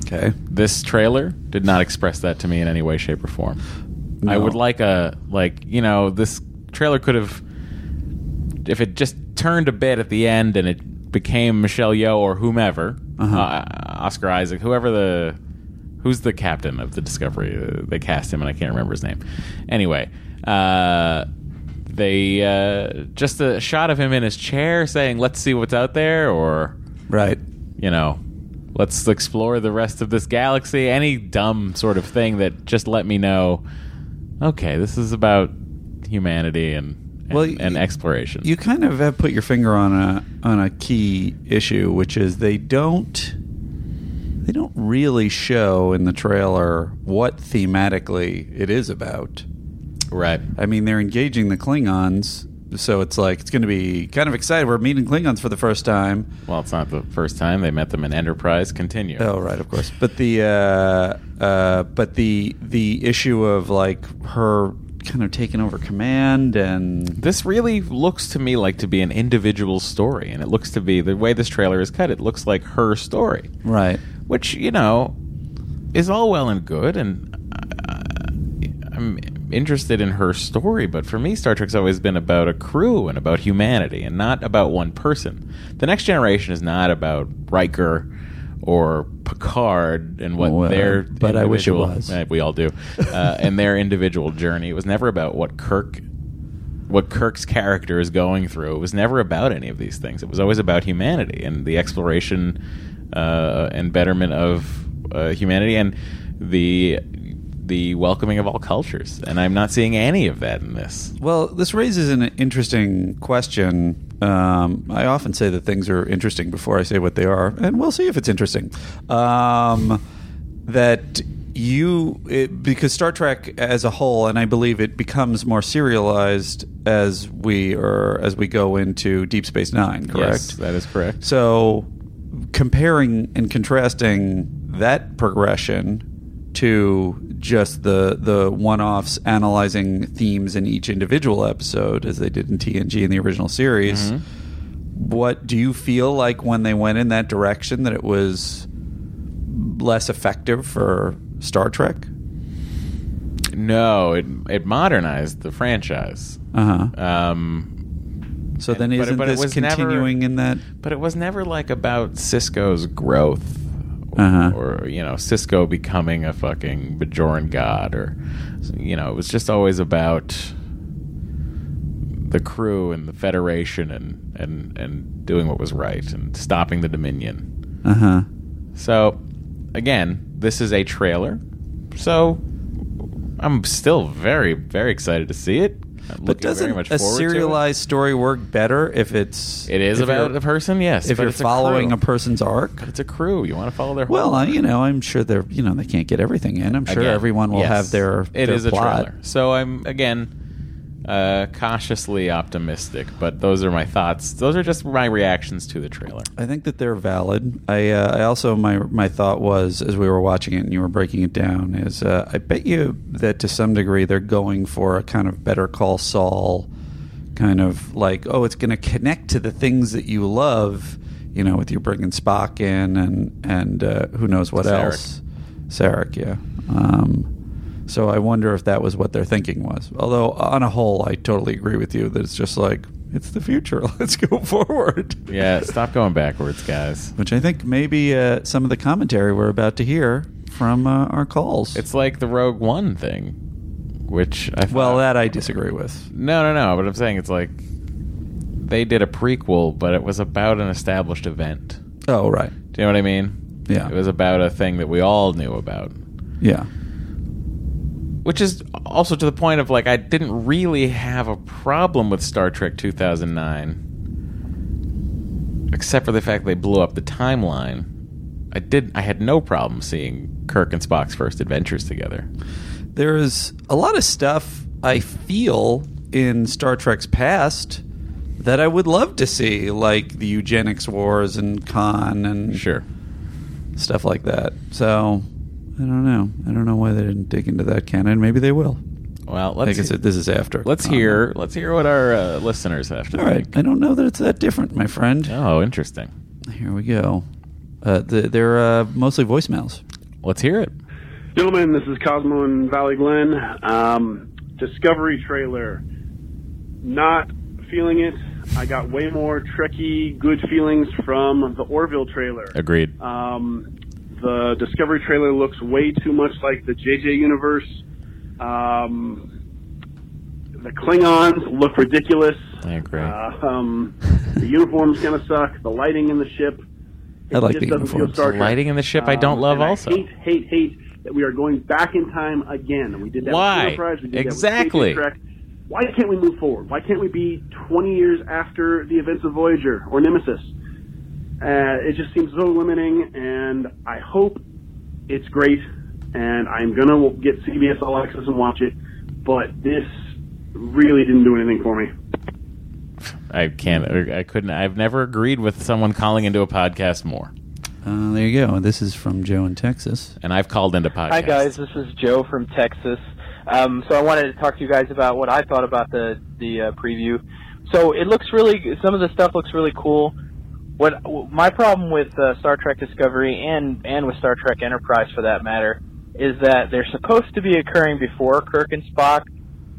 Speaker 1: Okay.
Speaker 2: This trailer did not express that to me in any way, shape, or form. I
Speaker 1: No.
Speaker 2: would like a like you know this trailer could have if it just turned a bit at the end and it became Michelle Yeoh or whomever,
Speaker 1: Uh-huh.
Speaker 2: uh Oscar Isaac, whoever the who's the captain of the Discovery, Uh, they cast him and I can't remember his name. Anyway, uh, they uh, just a shot of him in his chair saying, "Let's see what's out there," or
Speaker 1: Right.
Speaker 2: you know, let's explore the rest of this galaxy. Any dumb sort of thing that just let me know, okay, this is about humanity and and,
Speaker 1: Well,
Speaker 2: and
Speaker 1: you-
Speaker 2: exploration.
Speaker 1: You kind of have put your finger on a on a key issue, which is they don't they don't really show in the trailer what thematically it is about.
Speaker 2: right.
Speaker 1: I mean, they're engaging the Klingons, so it's like it's going to be kind of exciting. We're meeting Klingons for the first time.
Speaker 2: Well, it's not the first time they met them in Enterprise. Continue.
Speaker 1: Oh, right, of course. But the uh, uh, but the the issue of like her kind of taking over command and
Speaker 2: This really looks to me like to be an individual story, and it looks to be the way this trailer is cut. It looks like her story.
Speaker 1: right,
Speaker 2: which you know is all well and good, and uh, I'm interested in her story. But for me, Star Trek's always been about a crew and about humanity, and not about one person. The Next Generation is not about Riker or Picard and what
Speaker 1: Well,
Speaker 2: their
Speaker 1: but I wish it
Speaker 2: individual-
Speaker 1: was.
Speaker 2: Eh, we all do uh, and their individual journey. It was never about what Kirk what Kirk's character is going through. It was never about any of these things. It was always about humanity and the exploration uh, and betterment of uh, humanity and the the welcoming of all cultures. And I'm not seeing any of that in this.
Speaker 1: Well, this raises an interesting question. Um, I often say that things are interesting before I say what they are, and we'll see if it's interesting. Um, that you, it, because Star Trek as a whole, and I believe it becomes more serialized as we are as we go into Deep Space Nine. Correct.
Speaker 2: Yes, that is correct.
Speaker 1: So, comparing and contrasting that progression to just the the one-offs analyzing themes in each individual episode as they did in TNG in the original series.
Speaker 2: Mm-hmm.
Speaker 1: What do you feel like when they went in that direction that it was less effective for Star Trek?
Speaker 2: No, it it modernized the franchise.
Speaker 1: Uh-huh.
Speaker 2: Um,
Speaker 1: So then
Speaker 2: but-
Speaker 1: isn't
Speaker 2: but it
Speaker 1: this
Speaker 2: was never-
Speaker 1: continuing in that
Speaker 2: but it was never like about Cisco's growth or,
Speaker 1: Uh-huh.
Speaker 2: or, you know Cisco becoming a fucking Bajoran god or you know it was just always about the crew and the Federation and and and doing what was right and stopping the Dominion.
Speaker 1: Uh-huh.
Speaker 2: So again, this is a trailer, so I'm still very very excited to see it. I'm looking
Speaker 1: But doesn't
Speaker 2: very much
Speaker 1: a
Speaker 2: forward to it.
Speaker 1: serialized story work better if it's
Speaker 2: It is
Speaker 1: if
Speaker 2: about
Speaker 1: you're-
Speaker 2: a person, yes.
Speaker 1: if
Speaker 2: but
Speaker 1: you're
Speaker 2: it's a
Speaker 1: following
Speaker 2: crew.
Speaker 1: a, person's arc.
Speaker 2: It's a crew. You want to follow their whole
Speaker 1: Well, I, you know, I'm sure they're you know they can't get everything in. I'm sure
Speaker 2: Again,
Speaker 1: everyone will
Speaker 2: yes.
Speaker 1: have their
Speaker 2: It
Speaker 1: their
Speaker 2: is a
Speaker 1: plot.
Speaker 2: trailer. So I'm again uh, cautiously optimistic, but those are my thoughts. Those are just my reactions to the trailer.
Speaker 1: I think that they're valid. I uh, I also my my thought was as we were watching it and you were breaking it down is uh, I bet you that to some degree they're going for a kind of Better Call Saul kind of like oh it's going to connect to the things that you love you know with you bringing Spock in and and uh, who knows what
Speaker 2: Sarek.
Speaker 1: else Sarek yeah um, so I wonder if that was what their thinking was although on a whole I totally agree with you that it's just like it's the future let's go forward
Speaker 2: Yeah, stop going backwards, guys.
Speaker 1: which I think maybe uh, some of the commentary we're about to hear from uh, our calls.
Speaker 2: It's like the Rogue One thing, which I thought,
Speaker 1: well, that I disagree with.
Speaker 2: no, no, no. But I'm saying it's like they did a prequel, but it was about an established event.
Speaker 1: Oh, right.
Speaker 2: Do you know what I mean?
Speaker 1: Yeah.
Speaker 2: It was about a thing that we all knew about.
Speaker 1: Yeah.
Speaker 2: which is also to the point of like I didn't really have a problem with Star Trek 2009 except for the fact they blew up the timeline. I did I had no problem seeing Kirk and Spock's first adventures together.
Speaker 1: There is a lot of stuff I feel in Star Trek's past that I would love to see, like the eugenics wars and Khan and
Speaker 2: Sure.
Speaker 1: stuff like that. So I don't know. I don't know why they didn't dig into that canon. Maybe they will.
Speaker 2: Well,
Speaker 1: I
Speaker 2: let's
Speaker 1: guess it- this is after.
Speaker 2: let's
Speaker 1: Khan.
Speaker 2: hear let's hear what our uh, listeners have to
Speaker 1: All right.
Speaker 2: think.
Speaker 1: I don't know that it's that different, my friend.
Speaker 2: Oh, interesting.
Speaker 1: Here we go. Uh, the, they're uh, mostly voicemails.
Speaker 2: Let's hear it.
Speaker 10: Gentlemen, this is Cosmo in Valley Glen. Um, Discovery trailer. Not feeling it. I got way more Trekkie good feelings from the Orville trailer.
Speaker 2: Agreed.
Speaker 10: Um, the Discovery trailer looks way too much like the JJ universe. Um, the Klingons look ridiculous.
Speaker 2: I agree.
Speaker 10: Uh, um, the uniforms kind of suck. The lighting in the ship. It
Speaker 1: I like
Speaker 10: just
Speaker 1: the
Speaker 10: doesn't feel
Speaker 1: uniforms.
Speaker 10: Star Trek.
Speaker 2: Lighting in the ship I don't
Speaker 10: Um,
Speaker 2: love
Speaker 10: and I
Speaker 2: also.
Speaker 10: hate, hate, hate that we are going back in time again. We did that
Speaker 2: Why?
Speaker 10: with Enterprise. We did that with
Speaker 2: Exactly.
Speaker 10: JJ Trek. Why can't we move forward? Why can't we be 20 years after the events of Voyager or Nemesis? Uh, it just seems so limiting, and I hope it's great, and I'm gonna get CBS All Access and watch it. But this really didn't do anything for me.
Speaker 2: I can't. I couldn't. I've never agreed with someone calling into a podcast more.
Speaker 1: Uh, there you go. This is from Joe in Texas.
Speaker 2: And I've called into podcasts.
Speaker 11: Hi guys, this is Joe from Texas. Um, so I wanted to talk to you guys about what I thought about the the uh, preview. So it looks really some of the stuff looks really cool. What my problem with uh, Star Trek Discovery and and with Star Trek Enterprise for that matter is that they're supposed to be occurring before Kirk and Spock,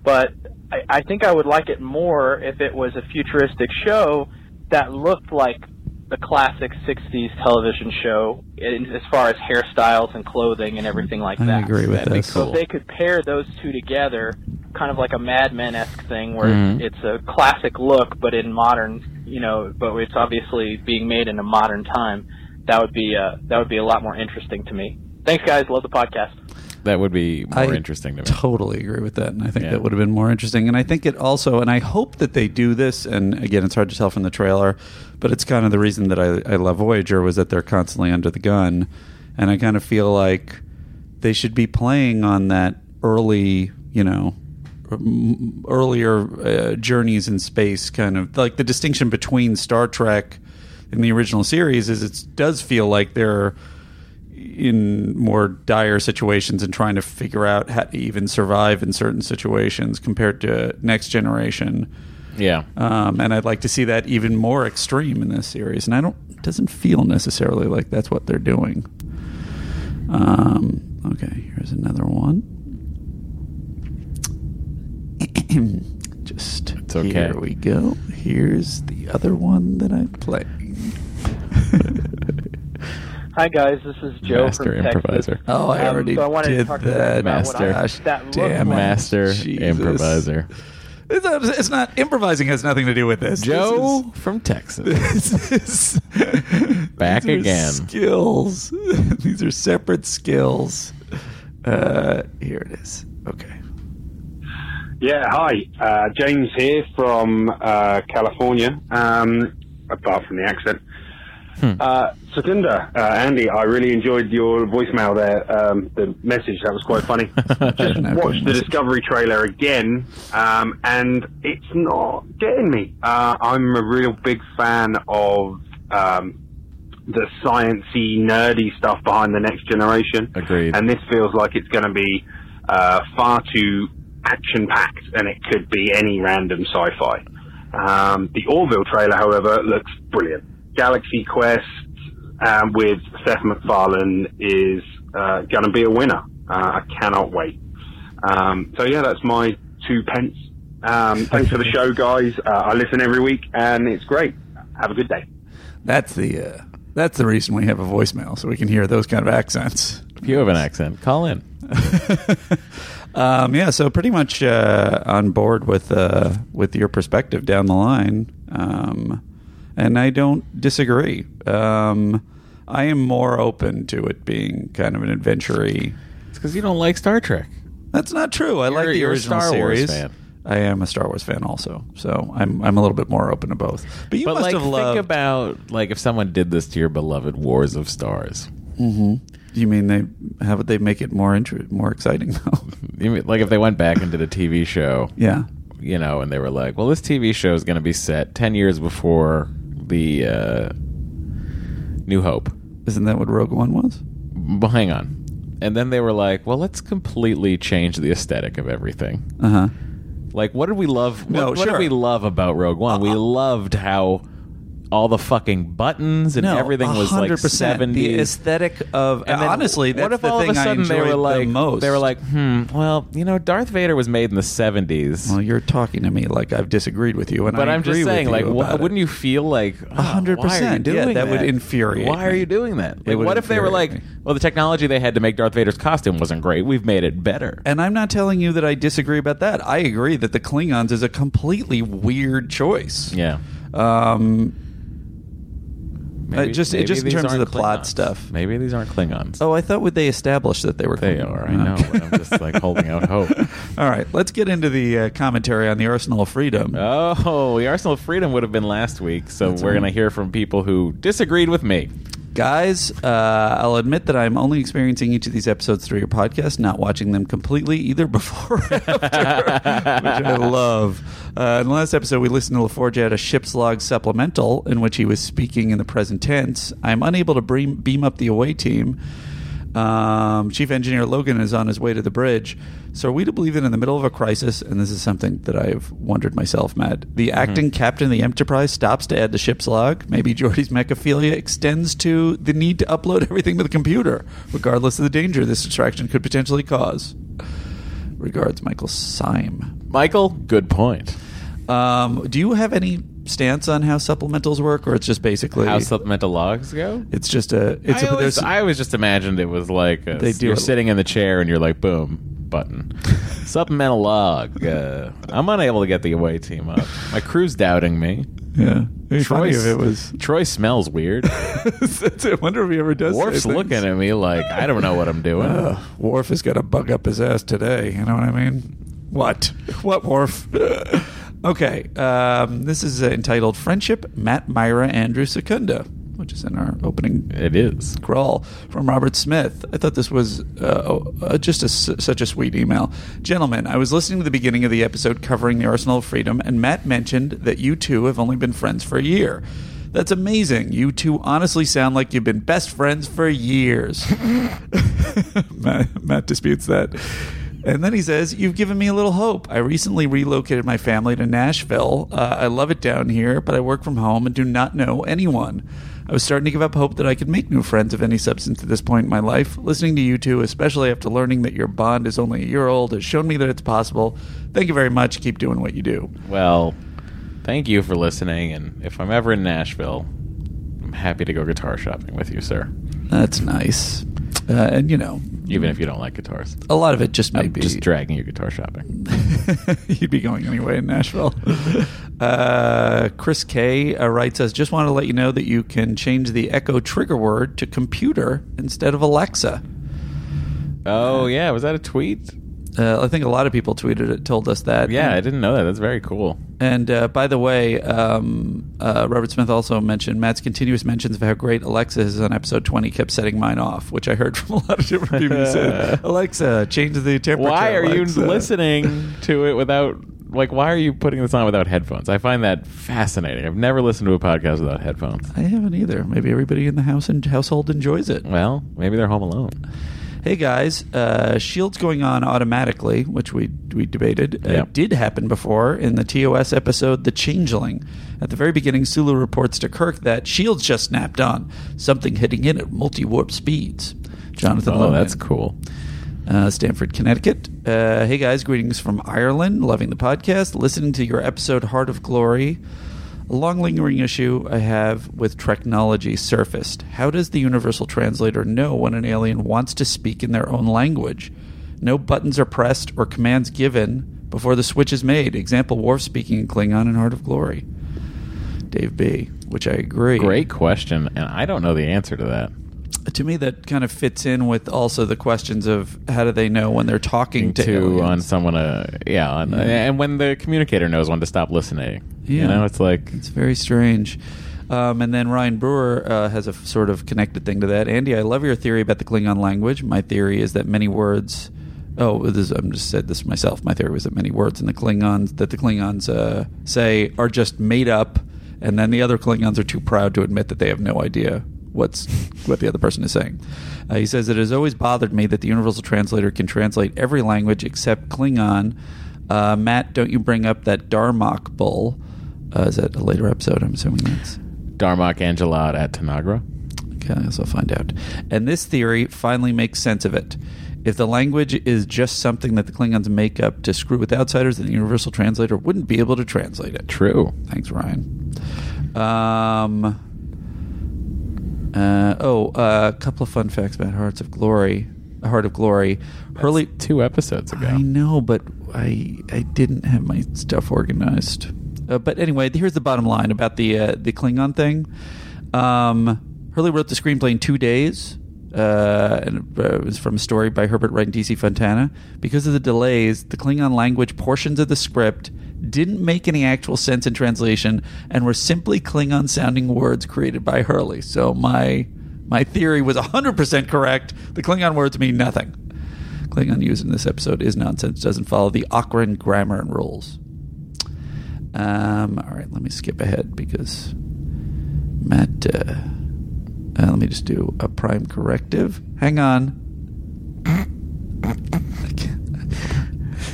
Speaker 11: but I, I think I would like it more if it was a futuristic show that looked like the classic '60s television show, in, as far as hairstyles and clothing and everything like
Speaker 1: I
Speaker 11: that.
Speaker 1: agree with
Speaker 2: That'd be
Speaker 1: this.
Speaker 11: So if they could pair those two together, kind of like a Mad Men esque thing, where
Speaker 2: Mhm.
Speaker 11: it's a classic look, but in modern, you know, but it's obviously being made in a modern time. That would be uh, that would be a lot more interesting to me. Thanks, guys. Love the podcast.
Speaker 2: that would be more
Speaker 1: I
Speaker 2: interesting to me.
Speaker 1: Totally agree with that, and I think
Speaker 2: Yeah.
Speaker 1: that would have been more interesting. And I think it also, and I hope that they do this. And again, it's hard to tell from the trailer, but it's kind of the reason that I, I love Voyager was that they're constantly under the gun, and I kind of feel like they should be playing on that early, you know, m- earlier uh, journeys in space. Kind of like the distinction between Star Trek and the original series is it does feel like they're in more dire situations and trying to figure out how to even survive in certain situations compared to next generation
Speaker 2: Yeah.
Speaker 1: um, and i'd like to see that even more extreme in this series and i don't it doesn't feel necessarily like that's what they're doing um, okay here's another one just
Speaker 2: okay.
Speaker 1: here we go here's the other one that i play
Speaker 11: Hi guys, this is Joe
Speaker 2: Master
Speaker 11: from Texas.
Speaker 2: improviser.
Speaker 1: Oh, I
Speaker 11: Um,
Speaker 1: already
Speaker 11: so I wanted to
Speaker 1: did
Speaker 11: talk to you guys
Speaker 1: that.
Speaker 11: about
Speaker 2: what I-
Speaker 1: Gosh,
Speaker 11: that looked
Speaker 1: damn
Speaker 11: like.
Speaker 2: Master
Speaker 1: Jesus.
Speaker 2: improviser.
Speaker 1: It's not, it's not improvising. Has nothing to do with this.
Speaker 2: Joe from Texas.
Speaker 1: This is, this is-
Speaker 2: Back
Speaker 1: these are
Speaker 2: again.
Speaker 1: Skills. these are separate skills. Uh, here it is. Okay.
Speaker 10: Yeah, hi. Uh, James here from uh, California, um, apart from the accent. Uh, Satinder, uh, Andy, I really enjoyed your voicemail there, um, the message. That was quite funny. Just
Speaker 1: No,
Speaker 10: watched
Speaker 1: good
Speaker 10: the
Speaker 1: message.
Speaker 10: Discovery trailer again, um, and it's not getting me. Uh, I'm a real big fan of um, the sciency, nerdy stuff behind the next generation.
Speaker 2: Agreed.
Speaker 10: And this feels like it's going to be uh, far too action packed, and it could be any random sci fi. Um, the Orville trailer, however, looks brilliant. Galaxy Quest um, with Seth MacFarlane is uh, going to be a winner. Uh, I cannot wait. Um, so, yeah, that's my two pence. Um, thanks for the show, guys. Uh, I listen every week, and it's great. Have a good day.
Speaker 1: That's the uh, that's the reason we have a voicemail, so we can hear those kind of accents.
Speaker 2: If you have an accent, call in.
Speaker 1: Um, yeah, so pretty much uh, on board with uh, with your perspective down the line, um, and I don't disagree. Um, I am more open to it being kind of an adventure
Speaker 2: It's because you don't like Star Trek.
Speaker 1: That's not true. I like
Speaker 2: You're-
Speaker 1: the
Speaker 2: you're a
Speaker 1: original
Speaker 2: Star Wars
Speaker 1: series.
Speaker 2: fan.
Speaker 1: I am a Star Wars fan also, so I'm I'm a little bit more open to both. But you
Speaker 2: but
Speaker 1: must
Speaker 2: like,
Speaker 1: have loved.
Speaker 2: think about like if someone did this to your beloved Wars of Stars.
Speaker 1: Mm-hmm. you mean they how would they make it more inter- more exciting though?
Speaker 2: You mean, Like if they went back into the TV show,
Speaker 1: yeah.
Speaker 2: you know, and they were like, "Well, this TV show is going to be set ten years before the uh, New Hope."
Speaker 1: Isn't that what Rogue One was?
Speaker 2: Well, hang on. And then they were like, "Well, let's completely change the aesthetic of everything."
Speaker 1: Uh huh.
Speaker 2: Like, what did we love?
Speaker 1: No,
Speaker 2: what, what
Speaker 1: sure. Uh,
Speaker 2: did we love about Rogue One? We loved how all the fucking buttons and
Speaker 1: No,
Speaker 2: everything was like
Speaker 1: 100%. The
Speaker 2: 70s.
Speaker 1: aesthetic of- and honestly,
Speaker 2: what
Speaker 1: that's
Speaker 2: if
Speaker 1: the
Speaker 2: all
Speaker 1: thing
Speaker 2: of a
Speaker 1: I
Speaker 2: sudden they
Speaker 1: enjoyed
Speaker 2: were
Speaker 1: the
Speaker 2: like,
Speaker 1: most.
Speaker 2: They were like, hmm, well, you know, Darth Vader was made in the 70s.
Speaker 1: Well, you're talking to me like I've disagreed with you, and
Speaker 2: but
Speaker 1: I
Speaker 2: I'm just
Speaker 1: agree with
Speaker 2: saying,
Speaker 1: you
Speaker 2: like, wha-
Speaker 1: about it.
Speaker 2: wouldn't you feel like oh,
Speaker 1: hundred
Speaker 2: why are you
Speaker 1: percent. Yeah,
Speaker 2: doing
Speaker 1: that would infuriate
Speaker 2: Why are
Speaker 1: me.
Speaker 2: you doing that?
Speaker 1: It
Speaker 2: Like,
Speaker 1: would
Speaker 2: what if they were
Speaker 1: infuriate
Speaker 2: like, well, the technology they had to make Darth Vader's costume wasn't great. We've made it better.
Speaker 1: And I'm not telling you that I disagree about that. I agree that the Klingons is a completely weird choice.
Speaker 2: Yeah.
Speaker 1: Um,
Speaker 2: Maybe-
Speaker 1: uh, just
Speaker 2: maybe
Speaker 1: just in
Speaker 2: these
Speaker 1: terms of the
Speaker 2: aren't
Speaker 1: plot
Speaker 2: Klingons.
Speaker 1: stuff.
Speaker 2: Maybe these aren't Klingons.
Speaker 1: Oh, I thought would they establish that they were?
Speaker 2: They
Speaker 1: Klingon?
Speaker 2: are, I know, but I'm just, like, holding out hope.
Speaker 1: All right, let's get into the uh, commentary on the Arsenal of Freedom.
Speaker 2: Oh, the Arsenal of Freedom would have been last week, so
Speaker 1: That's
Speaker 2: we're
Speaker 1: right.
Speaker 2: going to hear from people who disagreed with me.
Speaker 1: Guys, uh, I'll admit that I'm only experiencing each of these episodes through your podcast, not watching them completely either before or after, which I love. Uh, in the last episode, we listened to LaForge at a ship's log supplemental in which he was speaking in the present tense. I'm unable to beam, beam up the away team. Um, Chief Engineer Logan is on his way to the bridge. So, are we to believe that in the middle of a crisis, and this is something that I've wondered myself, Matt, the acting captain of the Enterprise stops to add the ship's log? Maybe Geordi's mechaphilia extends to the need to upload everything to the computer, regardless of the danger this distraction could potentially cause. Regards, Michael Syme.
Speaker 2: Michael, good point.
Speaker 1: Um, do you have any stance on how supplementals work, or it's just basically
Speaker 2: How supplemental logs go?
Speaker 1: it's just a it's
Speaker 2: I,
Speaker 1: a
Speaker 2: always,
Speaker 1: there's
Speaker 2: I always just imagined it was like a,
Speaker 1: They do
Speaker 2: you're
Speaker 1: it-
Speaker 2: sitting in the chair and you're like, boom, button. Supplemental log. Uh, I'm unable to get the away team up. My crew's doubting me.
Speaker 1: yeah. It'd be funny if it was.
Speaker 2: Troy smells weird.
Speaker 1: I wonder if he ever does. say
Speaker 2: Worf's
Speaker 1: things.
Speaker 2: looking at me like, I don't know what I'm doing.
Speaker 1: Ugh, Worf has got a bug up his ass today. You know what I mean? What? What, Worf? okay. Um, this is uh, entitled Friendship Matt Myra Andrew Secunda, which is in our opening
Speaker 2: it is.
Speaker 1: crawl from Robert Smith. I thought this was uh, oh, uh, just a s such a sweet email. Gentlemen, I was listening to the beginning of the episode covering the Arsenal of Freedom, and Matt mentioned that you two have only been friends for a year. That's amazing. You two honestly sound like you've been best friends for years. Matt, Matt disputes that. And then he says, You've given me a little hope. I recently relocated my family to Nashville. Uh, I love it down here, but I work from home and do not know anyone. I was starting to give up hope that I could make new friends of any substance at this point in my life. Listening to you two, especially after learning that your bond is only a year old, has shown me that it's possible. Thank you very much. Keep doing what you do.
Speaker 2: Well, thank you for listening. And if I'm ever in Nashville, I'm happy to go guitar shopping with you, sir.
Speaker 1: That's nice. Uh, and, you know,
Speaker 2: Even if you don't like guitars,
Speaker 1: a lot of it just may
Speaker 2: I'm
Speaker 1: be
Speaker 2: just dragging you guitar shopping.
Speaker 1: You'd be going anyway in Nashville. Uh, Chris K uh, writes us Just want to let you know that you can change the echo trigger word to computer instead of Alexa.
Speaker 2: Oh yeah, was that a tweet?
Speaker 1: Uh, I think a lot of people tweeted it, told us that.
Speaker 2: Yeah, I didn't know that. That's very cool.
Speaker 1: And uh, by the way, um, uh, Robert Smith also mentioned Matt's continuous mentions of how great Alexa is on episode 20 kept setting mine off, which I heard from a lot of different people who said, Alexa, change the temperature.
Speaker 2: Why are you
Speaker 1: Alexa."
Speaker 2: listening to it without like why are you putting this on without headphones? I find that fascinating. I've never listened to a podcast without headphones.
Speaker 1: I haven't either. Maybe everybody in the house and household enjoys it.
Speaker 2: Well, maybe they're home alone.
Speaker 1: Hey guys, uh, Shield's going on automatically, which we we debated. Uh,
Speaker 2: Yep.
Speaker 1: did happen before in the TOS episode, The Changeling. At the very beginning, Sulu reports to Kirk that Shield's E just snapped on, something hitting in at multi warp speeds. Jonathan
Speaker 2: Oh,
Speaker 1: Logan,
Speaker 2: that's cool.
Speaker 1: uh, Stanford, Connecticut. Uh, hey guys, greetings from Ireland. Loving the podcast, listening to your episode Heart of Glory. A long lingering issue I have with technology surfaced. How does the universal translator know when an alien wants to speak in their own language? No buttons are pressed or commands given before the switch is made. Example: Worf speaking in Klingon in Heart of Glory. Dave B, which I agree.
Speaker 2: Great question, and I don't know the answer to that.
Speaker 1: Uh, To me, that kind of fits in with also the questions of how do they know when they're talking to,
Speaker 2: to
Speaker 1: aliens? Mm-hmm.
Speaker 2: on someone uh, yeah, on, and when the communicator knows when to stop listening.
Speaker 1: Yeah.
Speaker 2: You know, it's like
Speaker 1: It's very strange. Um, and then Ryan Brewer uh, has a f- sort of connected thing to that. Andy, I love your theory about the Klingon language. My theory is that many words. Oh, this, I'm just said this myself. My theory was that many words in the Klingons that the Klingons uh, say are just made up, and then the other Klingons are too proud to admit that they have no idea what's what the other person is saying. Uh, he says it has always bothered me that the Universal Translator can translate every language except Klingon. Uh, Matt, don't you bring up that Darmok bull? Uh, is that a later episode? I'm assuming that's.
Speaker 2: Darmok Angelot at Tanagra?
Speaker 1: Okay, I guess I'll find out. And this theory finally makes sense of it. If the language is just something that the Klingons make up to screw with outsiders, then the Universal Translator wouldn't be able to translate it.
Speaker 2: True.
Speaker 1: Thanks, Ryan. Um. Uh, oh, a couple of fun facts about Hearts of Glory. Heart of Glory. Hurley.
Speaker 2: Two episodes ago.
Speaker 1: I know, but I I didn't have my stuff organized. Uh, but anyway, here's the bottom line about the uh, the Klingon thing. Um, Hurley wrote the screenplay in two days. Uh, and uh, it was from a story by Herbert Wright and DC Fontana. Because of the delays, the Klingon language portions of the script didn't make any actual sense in translation and were simply Klingon sounding words created by Hurley. So my my theory was 100% correct. The Klingon words mean nothing. Klingon used in this episode is nonsense, doesn't follow the Ocran grammar and rules. Um, all right, let me skip ahead because Matt. Uh, uh, let me just do a prime corrective. Hang on. I can't-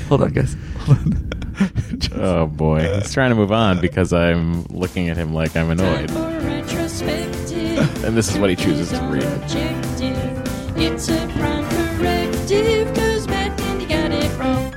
Speaker 1: Hold on, guys. Hold on. Just-
Speaker 2: Oh boy, he's trying to move on because I'm looking at him like I'm annoyed, and this is what he chooses to read.
Speaker 12: It's a prime corrective, cause Matt Candy got it wrong.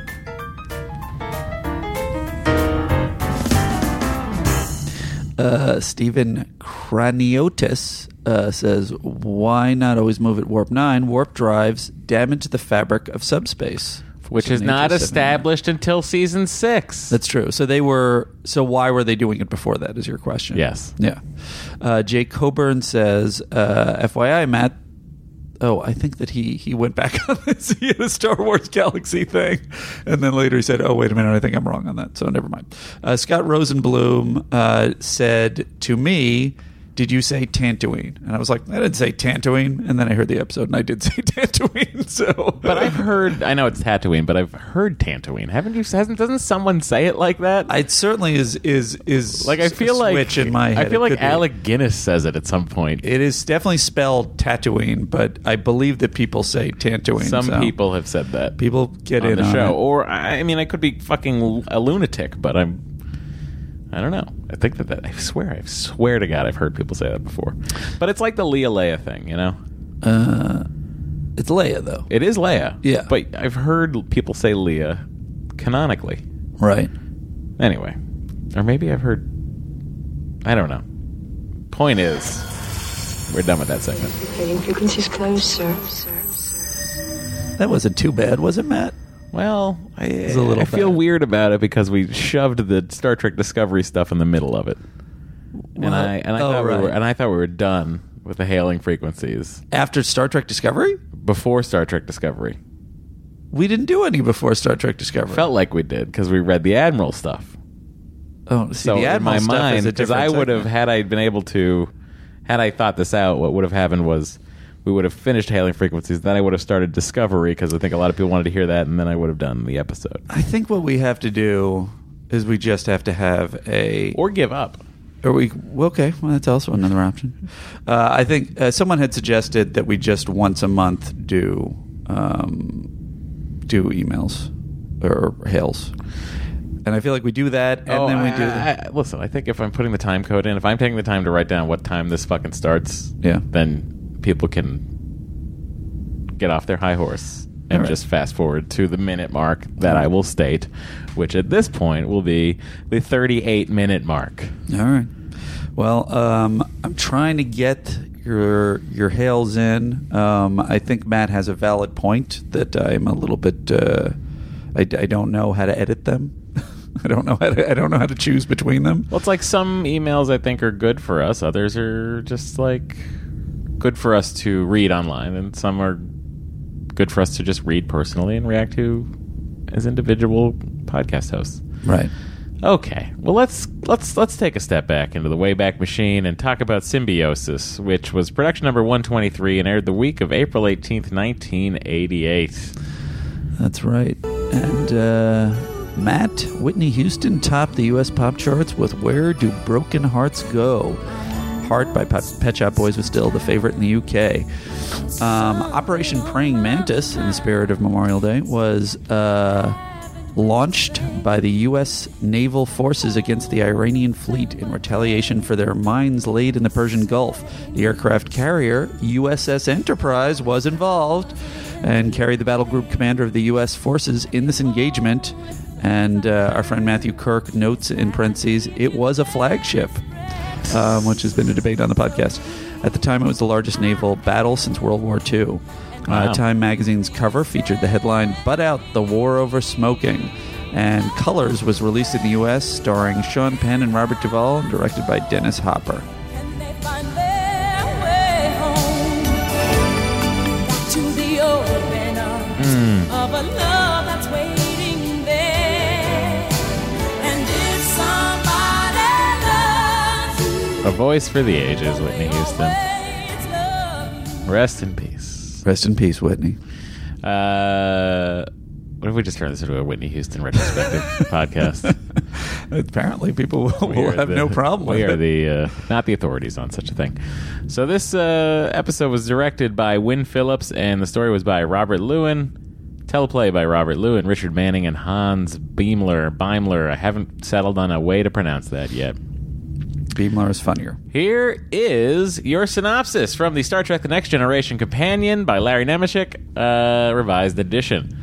Speaker 1: Uh, Stephen Craniotis uh, says, "Why not always move at warp nine? Warp drives damage the fabric of subspace,
Speaker 2: Which is not established until season six.
Speaker 1: That's true. So they were. So why were they doing it before that? Is your question?
Speaker 2: Yes.
Speaker 1: Yeah. Uh, Jake Coburn says, uh, "FYI, Matt." Oh, I think that he he went back on this. He had a Star Wars Galaxy thing, and then later he said, "Oh, wait a minute, I think I'm wrong on that." So never mind. Uh, Scott Rosenblum uh, said to me. Did you say Tantooine? And I was like, I didn't say Tantooine. And then I heard the episode, and I did say Tantooine. So,
Speaker 2: But I've heard. I know it's Tatooine, but I've heard Tantooine. Haven't you? Hasn't doesn't someone say it like that?
Speaker 1: It certainly is is is
Speaker 2: Like I feel like
Speaker 1: switch in my head.
Speaker 2: I feel
Speaker 1: It
Speaker 2: like
Speaker 1: could be.
Speaker 2: Alec Guinness says it at some point.
Speaker 1: It is definitely spelled Tatooine, but I believe that people say Tantooine.
Speaker 2: Some
Speaker 1: so
Speaker 2: people have said that.
Speaker 1: people get
Speaker 2: on
Speaker 1: in
Speaker 2: the
Speaker 1: on
Speaker 2: show,
Speaker 1: it.
Speaker 2: or I I mean, I could be fucking a lunatic, but I'm. I don't know. I think that, that I swear, I swear to God, I've heard people say that before. But it's like the Leia Leia thing, you know.
Speaker 1: Uh, it's Leia though,
Speaker 2: It is Leia.
Speaker 1: Yeah.
Speaker 2: But I've heard people say Leia canonically.
Speaker 1: right?
Speaker 2: Anyway. Or maybe I've heard. I don't know. Point is, we're done with that segment.
Speaker 13: Getting frequencies closed, sir.
Speaker 1: That wasn't too bad, was it, Matt?
Speaker 2: Well, I,
Speaker 1: was a little
Speaker 2: I feel
Speaker 1: bad.
Speaker 2: weird about it because we shoved the Star Trek Discovery stuff in the middle of it.
Speaker 1: Well,
Speaker 2: and I and I
Speaker 1: oh,
Speaker 2: thought we were
Speaker 1: right.
Speaker 2: and I thought we were done with the hailing frequencies
Speaker 1: after Star Trek Discovery.
Speaker 2: before Star Trek Discovery.
Speaker 1: We didn't do any before Star Trek Discovery.
Speaker 2: Felt like we did because we read the Admiral stuff.
Speaker 1: oh, see,
Speaker 2: so
Speaker 1: the
Speaker 2: in
Speaker 1: Admiral
Speaker 2: my
Speaker 1: stuff is
Speaker 2: mind,
Speaker 1: a
Speaker 2: because
Speaker 1: different
Speaker 2: I would have
Speaker 1: segment.
Speaker 2: had I been able to, had I thought this out, what would have happened was we would have finished hailing frequencies. Then I would have started discovery because I think a lot of people wanted to hear that, and then I would have done the episode
Speaker 1: I think what we have to do is we just have to have a
Speaker 2: or give up.
Speaker 1: Are we well, okay? Well, that's also another option. Uh, I think uh, someone had suggested that we just once a month do um, do emails or hails, and I feel like we do that, and
Speaker 2: Oh,
Speaker 1: then we
Speaker 2: I-
Speaker 1: do.
Speaker 2: I- I- listen, I think if I'm putting the time code in, if I'm taking the time to write down what time this fucking starts,
Speaker 1: Yeah.
Speaker 2: then people can get off their high horse and
Speaker 1: All right.
Speaker 2: just fast forward to the minute mark that I will state, which at this point will be the 38 minute mark.
Speaker 1: All right. Well, um, I'm trying to get your your hails in. Um, I think Matt has a valid point that I'm a little bit. Uh, I, I don't know how to edit them. I don't know how to, I don't know how to choose between them.
Speaker 2: Well, it's like some emails I think are good for us, others are just like good for us to read online, and some are good for us to just read personally and react to as individual podcast hosts.
Speaker 1: Right.
Speaker 2: Okay. Well, let's let's let's take a step back into the Wayback Machine and talk about Symbiosis, which was production number 123 and aired the week of April 18th, 1988.
Speaker 1: That's right. And uh, Matt, Whitney Houston topped the U.S. pop charts with Where Do Broken Hearts Go? Heart by Pet Pet Shop Boys was still the favorite in the UK. Um, Operation Praying Mantis, in the spirit of Memorial Day, was uh, launched by the U.S. naval forces against the Iranian fleet in retaliation for their mines laid in the Persian Gulf. The aircraft carrier USS Enterprise was involved and carried the battle group commander of the U.S. forces in this engagement. And uh, our friend Matthew Kirk notes in parentheses, it was a flagship, um, which has been a debate on the podcast. At the time, it was the largest naval battle since World War II.
Speaker 2: Wow.
Speaker 1: Uh, Time magazine's cover featured the headline "Butt Out the War Over Smoking," and Colors was released in the U.S. starring Sean Penn and Robert Duvall, and directed by Dennis Hopper.
Speaker 12: to the open arms of a love that's waiting there. And if somebody loves you,
Speaker 2: A voice for the ages, Whitney Houston. Rest in peace.
Speaker 1: Rest in peace, Whitney.
Speaker 2: Uh, what if we just turn this into a Whitney Houston retrospective podcast?
Speaker 1: Apparently, people will,
Speaker 2: We
Speaker 1: will
Speaker 2: are
Speaker 1: have
Speaker 2: the-
Speaker 1: no problem
Speaker 2: We
Speaker 1: with
Speaker 2: are
Speaker 1: it.
Speaker 2: the uh, not the authorities on such a thing. So this uh, episode was directed by Win Phillips, and the story was by Robert Lewin. Teleplay by Robert Lewin, Richard Manning, and Hans Beimler. Beimler. I haven't settled on a way to pronounce that yet.
Speaker 1: Beamler is funnier.
Speaker 2: Here is your synopsis from the Star Trek The Next Generation Companion by Larry Nemeshek, uh, revised edition.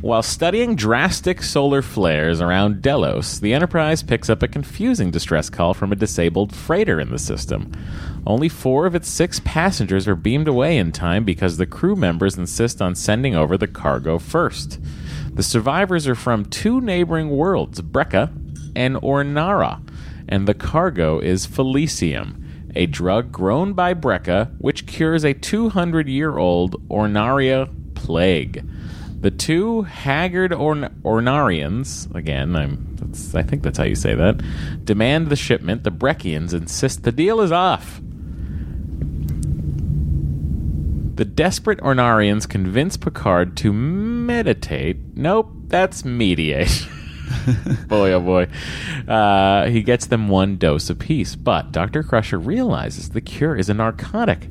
Speaker 2: While studying drastic solar flares around Delos, the Enterprise picks up a confusing distress call from a disabled freighter in the system. Only four of its six passengers are beamed away in time because the crew members insist on sending over the cargo first. The survivors are from two neighboring worlds, Brekka and Ornara, and the cargo is Felicium, a drug grown by Brekka which cures a 200 year old Ornaria plague. The two haggard Orn- Ornarians, again, I'm, that's, I think that's how you say that, demand the shipment. The Breckians insist the deal is off. The desperate Ornarians convince Picard to meditate. Nope, that's mediate. boy, oh boy. Uh, he gets them one dose apiece, but Dr. Crusher realizes the cure is a narcotic.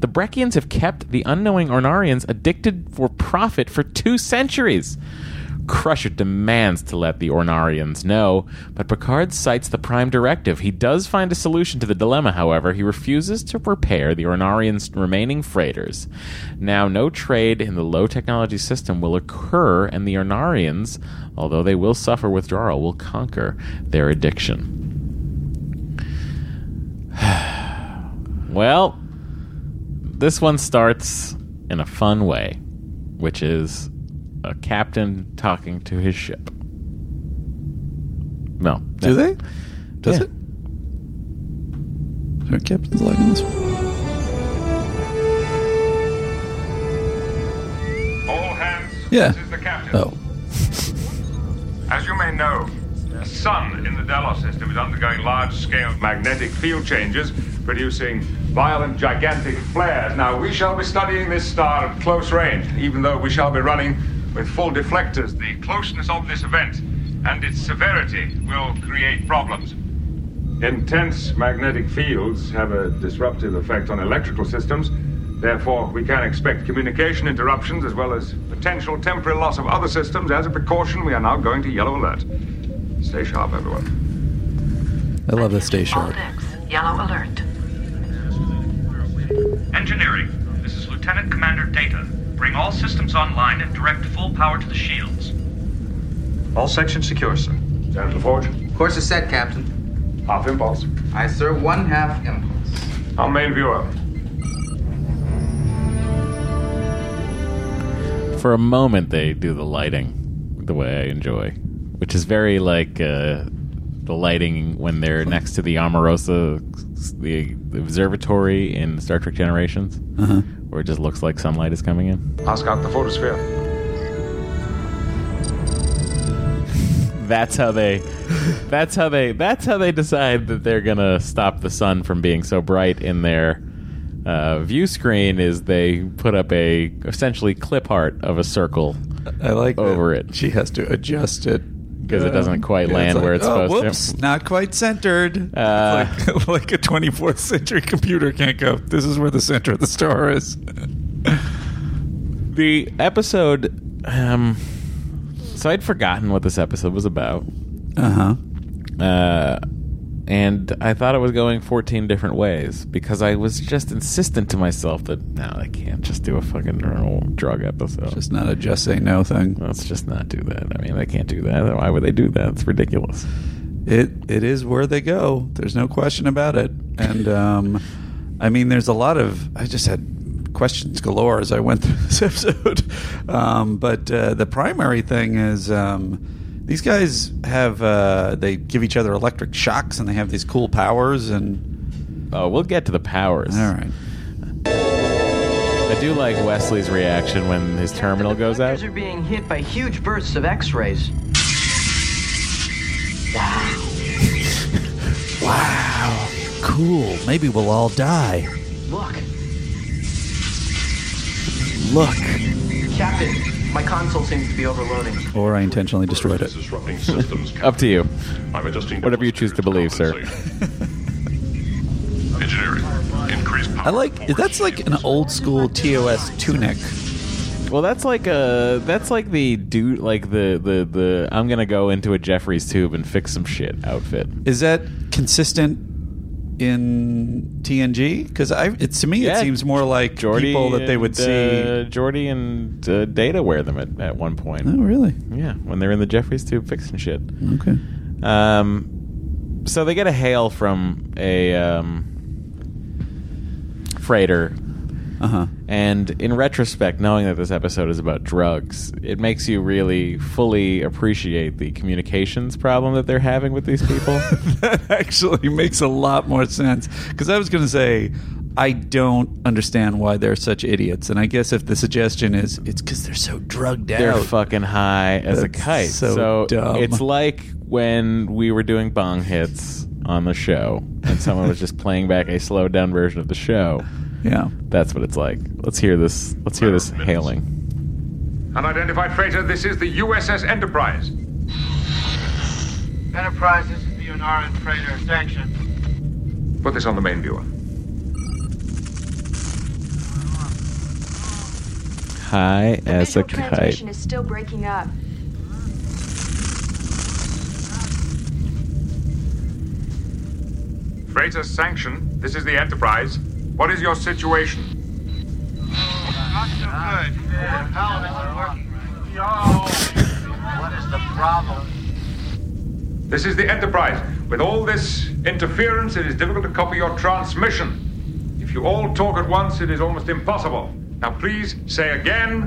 Speaker 2: The Breckians have kept the unknowing Ornarians addicted for profit for two centuries. Crusher demands to let the Ornarians know, but Picard cites the Prime Directive. He does find a solution to the dilemma, however. He refuses to repair the Ornarians' remaining freighters. Now, no trade in the low technology system will occur, and the Ornarians, although they will suffer withdrawal, will conquer their addiction. well, this one starts in a fun way, which is a captain talking to his ship. No.
Speaker 1: Do they? Does it? Is there a captain's log in this one?
Speaker 14: All hands,
Speaker 1: Yeah.
Speaker 14: this is the captain.
Speaker 1: Oh.
Speaker 14: As you may know, the sun in the Delos system is undergoing large-scale magnetic field changes, producing violent, gigantic flares. Now, we shall be studying this star at close range, even though we shall be running with full deflectors. The closeness of this event and its severity will create problems. Intense magnetic fields have a disruptive effect on electrical systems. Therefore, we can expect communication interruptions as well as potential temporary loss of other systems. As a precaution, we are now going to yellow alert. Stay sharp, everyone.
Speaker 1: I love the stay sharp.
Speaker 15: Yellow alert.
Speaker 16: Engineering, this is Lieutenant Commander Data. Bring all systems online and direct full power to the shields.
Speaker 17: All sections secure, sir.
Speaker 14: General LaForge?
Speaker 17: Course is set, Captain.
Speaker 14: Half impulse.
Speaker 17: Aye, sir. One half impulse.
Speaker 14: Our main viewer.
Speaker 2: For a moment, they do the lighting the way I enjoy, which is very like uh, the lighting when they're next to the Omarosa, the observatory in Star Trek Generations,
Speaker 1: Uh-huh.
Speaker 2: where it just looks like sunlight is coming in.
Speaker 14: Ask out the photosphere.
Speaker 2: That's how they. That's how they. That's how they decide that they're gonna stop the sun from being so bright in their uh, view screen. Is they put up a essentially clip art of a circle.
Speaker 1: I like
Speaker 2: over it.
Speaker 1: She has to adjust it
Speaker 2: because it doesn't quite
Speaker 1: Yeah,
Speaker 2: land
Speaker 1: like,
Speaker 2: where it's
Speaker 1: oh,
Speaker 2: supposed to.
Speaker 1: whoops, not quite centered.
Speaker 2: Uh,
Speaker 1: It's like, like a 24th century computer can't go. This is where the center of the star is.
Speaker 2: the episode um So I'd forgotten what this episode was about.
Speaker 1: Uh-huh.
Speaker 2: Uh And I thought it was going 14 different ways because I was just insistent to myself that no, I can't just do a fucking normal drug episode.
Speaker 1: It's not a just say no thing.
Speaker 2: Let's just not do that. I mean, they can't do that. Why would they do that? It's ridiculous.
Speaker 1: It it is where they go. There's no question about it. And um, I mean, there's a lot of. I just had questions galore as I went through this episode. Um, but uh, the primary thing is um, these guys have uh, they give each other electric shocks and they have these cool powers and.
Speaker 2: Oh, we'll get to the powers.
Speaker 1: All right.
Speaker 2: I do like Wesley's reaction when his terminal goes out.
Speaker 18: These are being hit by huge bursts of X-rays.
Speaker 1: Wow. Cool. Maybe we'll all die.
Speaker 18: Look,
Speaker 1: Look.
Speaker 18: Captain, my console seems to be overloading.
Speaker 1: Or I intentionally destroyed it.
Speaker 2: Up to you. Whatever you choose to believe, sir.
Speaker 1: Engineering. I like that's like an old school TOS tunic.
Speaker 2: Well, that's like a that's like the dude like the the the I'm gonna go into a Jeffrey's tube and fix some shit outfit.
Speaker 1: Is that consistent in TNG? Because I it's to me
Speaker 2: Yeah.
Speaker 1: it seems more like people that they would
Speaker 2: and,
Speaker 1: see.
Speaker 2: Uh, Jordy and uh, Data wear them at, at one point.
Speaker 1: Oh, really?
Speaker 2: Yeah, when they're in the Jeffrey's tube fixing shit.
Speaker 1: Okay.
Speaker 2: Um, so they get a hail from a um, freighter.
Speaker 1: Uh-huh.
Speaker 2: And in retrospect, knowing that this episode is about drugs, it makes you really fully appreciate the communications problem that they're having with these people.
Speaker 1: that actually makes a lot more sense. Because I was going to say, I don't understand why they're such idiots. And I guess if the suggestion is it's because they're so drugged
Speaker 2: They're
Speaker 1: out.
Speaker 2: fucking high as a
Speaker 1: That's
Speaker 2: kite.
Speaker 1: so dumb.
Speaker 2: it's like when we were doing bong hits on the show and someone was just playing back a slowed down version of the show.
Speaker 1: Yeah.
Speaker 2: That's what it's like. Let's hear this let's hear this hailing.
Speaker 17: Unidentified freighter, this is the USS Enterprise.
Speaker 19: Enterprise, this is the Unaran freighter. Sanction.
Speaker 17: Put this on the main viewer.
Speaker 2: High as a kite.
Speaker 13: Transmission is still breaking up.
Speaker 17: Freighter Sanction, this is the Enterprise. What is your situation?
Speaker 19: Not so good. Hell, that wasn't working. Yo! What is the problem?
Speaker 17: This is the Enterprise. With all this interference, it is difficult to copy your transmission. If you all talk at once, it is almost impossible. Now, please say again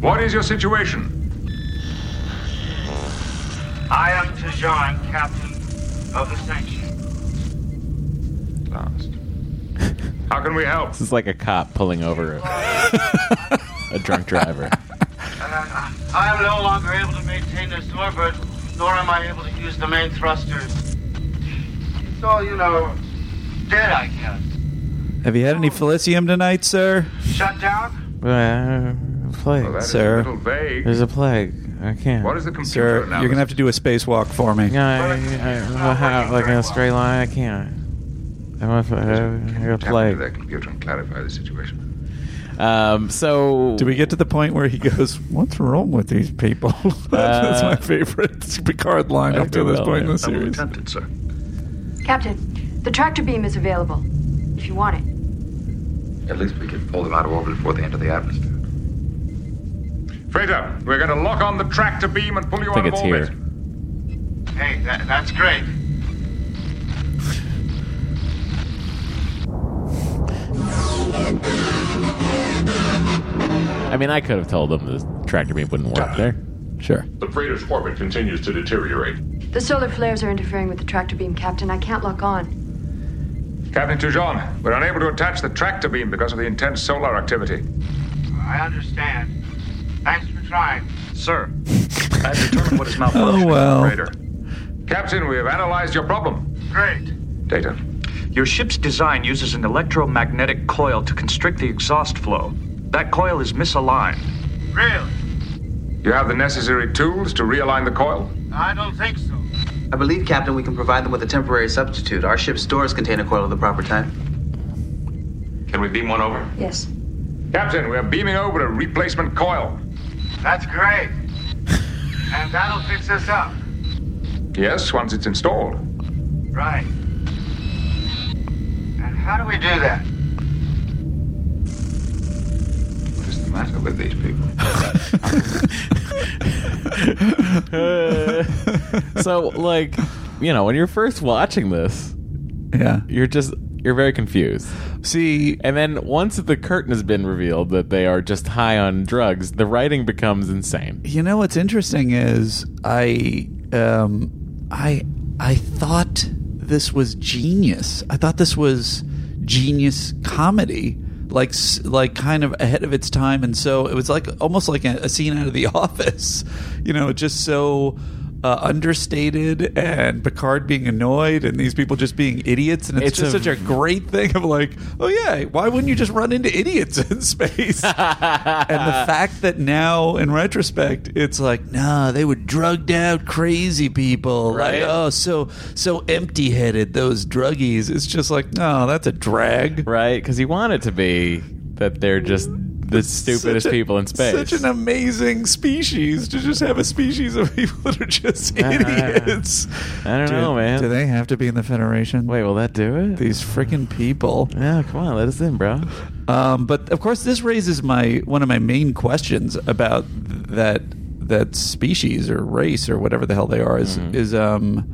Speaker 17: what is your situation?
Speaker 19: I am Tajan, captain of the Sanction.
Speaker 17: Last. How can we help?
Speaker 2: This is like a cop pulling over a, a drunk driver.
Speaker 19: Uh, I am no longer able to maintain this orbit, nor am I able to use the main thrusters. So, you know, dead, I guess.
Speaker 1: Have you had any Felicium tonight, sir?
Speaker 19: Shut down?
Speaker 2: Uh, plague,
Speaker 1: that is a Sir. little
Speaker 17: vague.
Speaker 2: There's a plague. I can't.
Speaker 17: What is the computer
Speaker 1: Sir,
Speaker 17: analysis?
Speaker 1: you're gonna have to do a spacewalk for me.
Speaker 2: Yeah, I, I, how, like in a straight line, I can't. I'm a, I got
Speaker 17: Tap
Speaker 2: plague.
Speaker 17: into their computer and clarify the situation.
Speaker 2: Um, so
Speaker 1: Do we get to the point where he goes, "What's wrong with these people"? That's
Speaker 2: Uh,
Speaker 1: my favorite Picard line up to this point in the series.
Speaker 17: sir.
Speaker 13: Captain, the tractor beam is available. If you want it.
Speaker 4: At least we could pull them out of orbit before they enter the atmosphere.
Speaker 17: Freighter, we're going to lock on the tractor beam and pull you
Speaker 2: I think
Speaker 17: out of
Speaker 2: it's
Speaker 17: orbit.
Speaker 2: here.
Speaker 19: Hey, that, that's great.
Speaker 2: I mean, I could have told them the tractor beam wouldn't work there.
Speaker 1: Sure.
Speaker 20: The freighter's orbit continues to deteriorate.
Speaker 13: The solar flares are interfering with the tractor beam, Captain. I can't lock on.
Speaker 17: Captain Toujon, we're unable to attach the tractor beam because of the intense solar activity.
Speaker 19: I understand. Thanks for trying.
Speaker 4: Sir, I've determined what is malfunctioning.
Speaker 1: Oh, well.
Speaker 4: Operator.
Speaker 17: Captain, we have analyzed your problem.
Speaker 19: Great.
Speaker 17: Data.
Speaker 19: Your ship's design uses an electromagnetic coil to constrict the exhaust flow. That coil is misaligned. Really?
Speaker 17: You have the necessary tools to realign the coil?
Speaker 19: I don't think so.
Speaker 18: I believe, Captain, we can provide them with a temporary substitute. Our ship stores container coil at the proper time.
Speaker 20: Can we beam one over?
Speaker 13: Yes.
Speaker 17: Captain, we are beaming over a replacement coil.
Speaker 19: That's great. And that'll fix us up.
Speaker 20: Yes, once it's installed.
Speaker 19: Right. And how do we do that?
Speaker 17: What is the matter with these people?
Speaker 2: so like you know when you're first watching this
Speaker 1: yeah
Speaker 2: you're just you're very confused
Speaker 1: see
Speaker 2: and then once the curtain has been revealed that they are just high on drugs the writing becomes insane
Speaker 1: You know what's interesting is I um I I thought this was genius. I thought this was genius comedy. Like, s- like, kind of ahead of its time, and so it was like almost like a, a scene out of The Office, you know, just so uh, understated, and Picard being annoyed, and these people just being idiots, and it's,
Speaker 2: It's
Speaker 1: just
Speaker 2: a-
Speaker 1: such a great thing of like, oh yeah, why wouldn't you just run into idiots in space? and the fact that now in retrospect it's like nah they were drugged out crazy people
Speaker 2: Right.
Speaker 1: like oh so so empty-headed those druggies it's just like no that's a drag
Speaker 2: right because you want it to be that they're just the stupidest
Speaker 1: Such a-
Speaker 2: people in space
Speaker 1: such an amazing species to just have a species of people that are just
Speaker 2: I- I-
Speaker 1: idiots
Speaker 2: Ah, i don't know man
Speaker 1: do they have to be in the federation
Speaker 2: wait will that do it
Speaker 1: these freaking people
Speaker 2: yeah come on let us in bro
Speaker 1: Um, but of course, this raises my one of my main questions about th- that that species or race or whatever the hell they are is
Speaker 2: Mm-hmm.
Speaker 1: is um,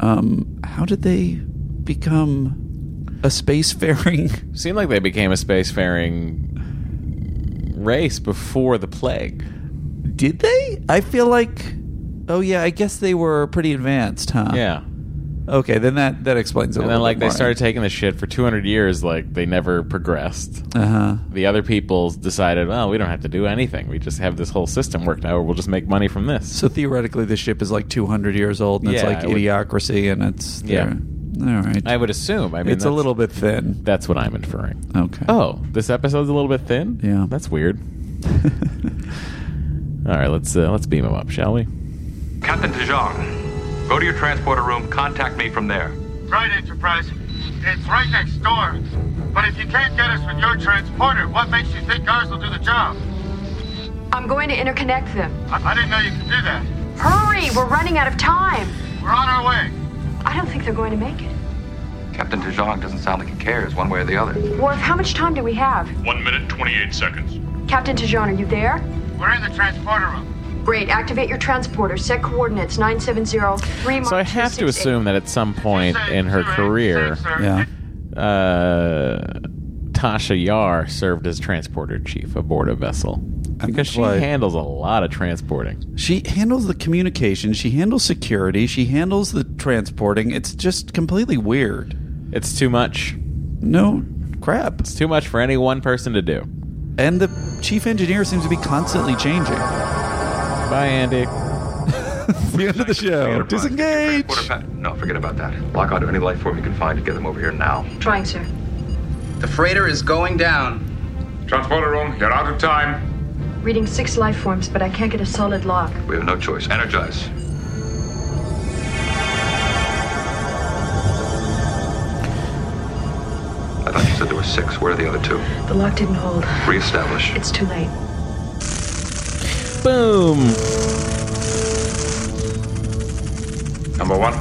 Speaker 1: um, how did they become a spacefaring?
Speaker 2: seemed like they became a spacefaring race before the plague
Speaker 1: Did they? I feel like oh yeah, I guess they were pretty advanced, huh?
Speaker 2: yeah
Speaker 1: Okay, then that that explains it.
Speaker 2: and then like they started taking the shit for 200 years like they never progressed
Speaker 1: Uh huh.
Speaker 2: the other peoples decided well we don't have to do anything we just have this whole system worked out we'll just make money from this
Speaker 1: So theoretically, the ship is like 200 years old, and it's
Speaker 2: Yeah,
Speaker 1: like
Speaker 2: I would-
Speaker 1: idiocracy, and it's
Speaker 2: Yeah.
Speaker 1: All right.
Speaker 2: i would assume i mean
Speaker 1: it's a
Speaker 2: that's-
Speaker 1: little bit thin.
Speaker 2: that's what i'm inferring
Speaker 1: Okay.
Speaker 2: oh this episode's a little bit thin
Speaker 1: Yeah.
Speaker 2: that's weird all right let's uh, let's beam him up shall we
Speaker 20: Captain Dijon, go to your transporter room. Contact me from there.
Speaker 19: Right, Enterprise. It's right next door. But if you can't get us with your transporter, what makes you think ours will do the job?
Speaker 13: I'm going to interconnect them.
Speaker 19: I, I didn't know you could do that.
Speaker 13: Hurry! We're running out of time.
Speaker 19: We're on our way.
Speaker 13: I don't think they're going to make it.
Speaker 17: Captain Dijon doesn't sound like he cares one way or the other.
Speaker 13: Worf, how much time do we have?
Speaker 20: One minute, 28 seconds.
Speaker 13: Captain Tejon, are you there?
Speaker 19: We're in the transporter room.
Speaker 13: Great. Activate your transporter. Set coordinates 970
Speaker 2: so i have to assume that at some point in her career
Speaker 1: Yeah.
Speaker 2: uh, Tasha Yar served as transporter chief aboard a vessel because she
Speaker 1: why-
Speaker 2: handles a lot of transporting.
Speaker 1: She handles the communication. She handles security. She handles the transporting. It's just completely weird.
Speaker 2: It's too much.
Speaker 1: No crap.
Speaker 2: It's too much for any one person to do.
Speaker 1: And the chief engineer seems to be constantly changing.
Speaker 2: Bye, Andy.
Speaker 1: the end of the show. Disengage.
Speaker 17: Quarter pa- no, forget about that. Lock onto any life form you can find and get them over here now.
Speaker 13: Trying, sir.
Speaker 15: The freighter is going down.
Speaker 14: Transporter room, you're out of time.
Speaker 13: Reading six life forms, but I can't get a solid lock.
Speaker 17: We have no choice. Energize. I thought you said there were six. Where are the other two?
Speaker 13: The lock didn't hold.
Speaker 17: Reestablish.
Speaker 13: It's too late.
Speaker 2: Boom.
Speaker 20: Number one.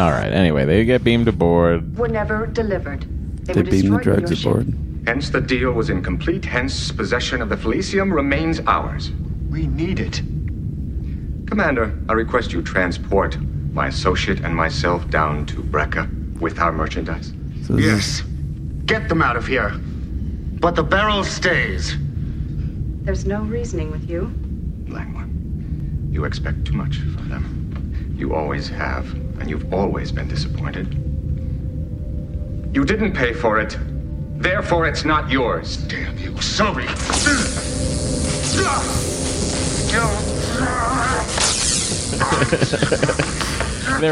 Speaker 2: All right. Anyway, they get beamed aboard.
Speaker 13: Were never delivered. They,
Speaker 1: They
Speaker 13: were
Speaker 1: beam the
Speaker 13: destroyed when
Speaker 1: drugs
Speaker 13: your ship-
Speaker 1: aboard.
Speaker 21: Hence, the deal was incomplete, hence, possession of the Felicium remains ours. We need it. Commander, I request you transport my associate and myself down to Brecca with our merchandise.
Speaker 19: Yes. Get them out of here. But the barrel stays.
Speaker 13: There's no reasoning with you.
Speaker 21: Langmore, you expect too much from them. You always have, and you've always been disappointed. You didn't pay for it, therefore, it's not yours. Damn you, sorry.
Speaker 2: They're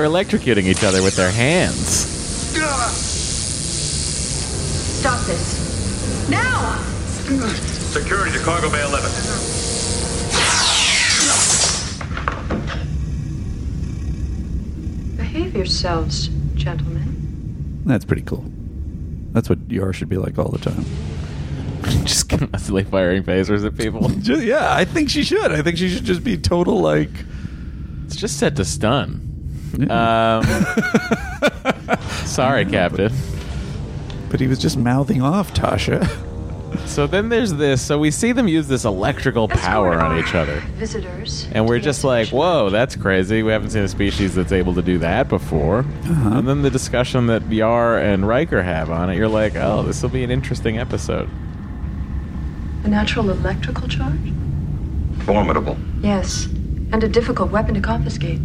Speaker 2: electrocuting each other with their hands.
Speaker 13: Stop this. Now!
Speaker 20: Security to Cargo Bay 11.
Speaker 13: Behave yourselves, gentlemen.
Speaker 1: That's pretty cool. That's what Yar should be like all the time.
Speaker 2: just constantly firing phasers at people.
Speaker 1: Ju- yeah, I think she should. I think she should just be total like.
Speaker 2: It's just set to stun. Um, sorry, Captain.
Speaker 1: But he was just mouthing off Tasha.
Speaker 2: So then there's this. So we see them use this electrical power on each other.
Speaker 13: Visitors.
Speaker 2: And we're just like, whoa, that's crazy. We haven't seen a species that's able to do that before.
Speaker 1: Uh-huh.
Speaker 2: And then the discussion that Yar and Riker have on it, you're like, oh, this will be an interesting episode.
Speaker 13: A natural electrical charge?
Speaker 17: Formidable.
Speaker 13: Yes. And a difficult weapon to confiscate.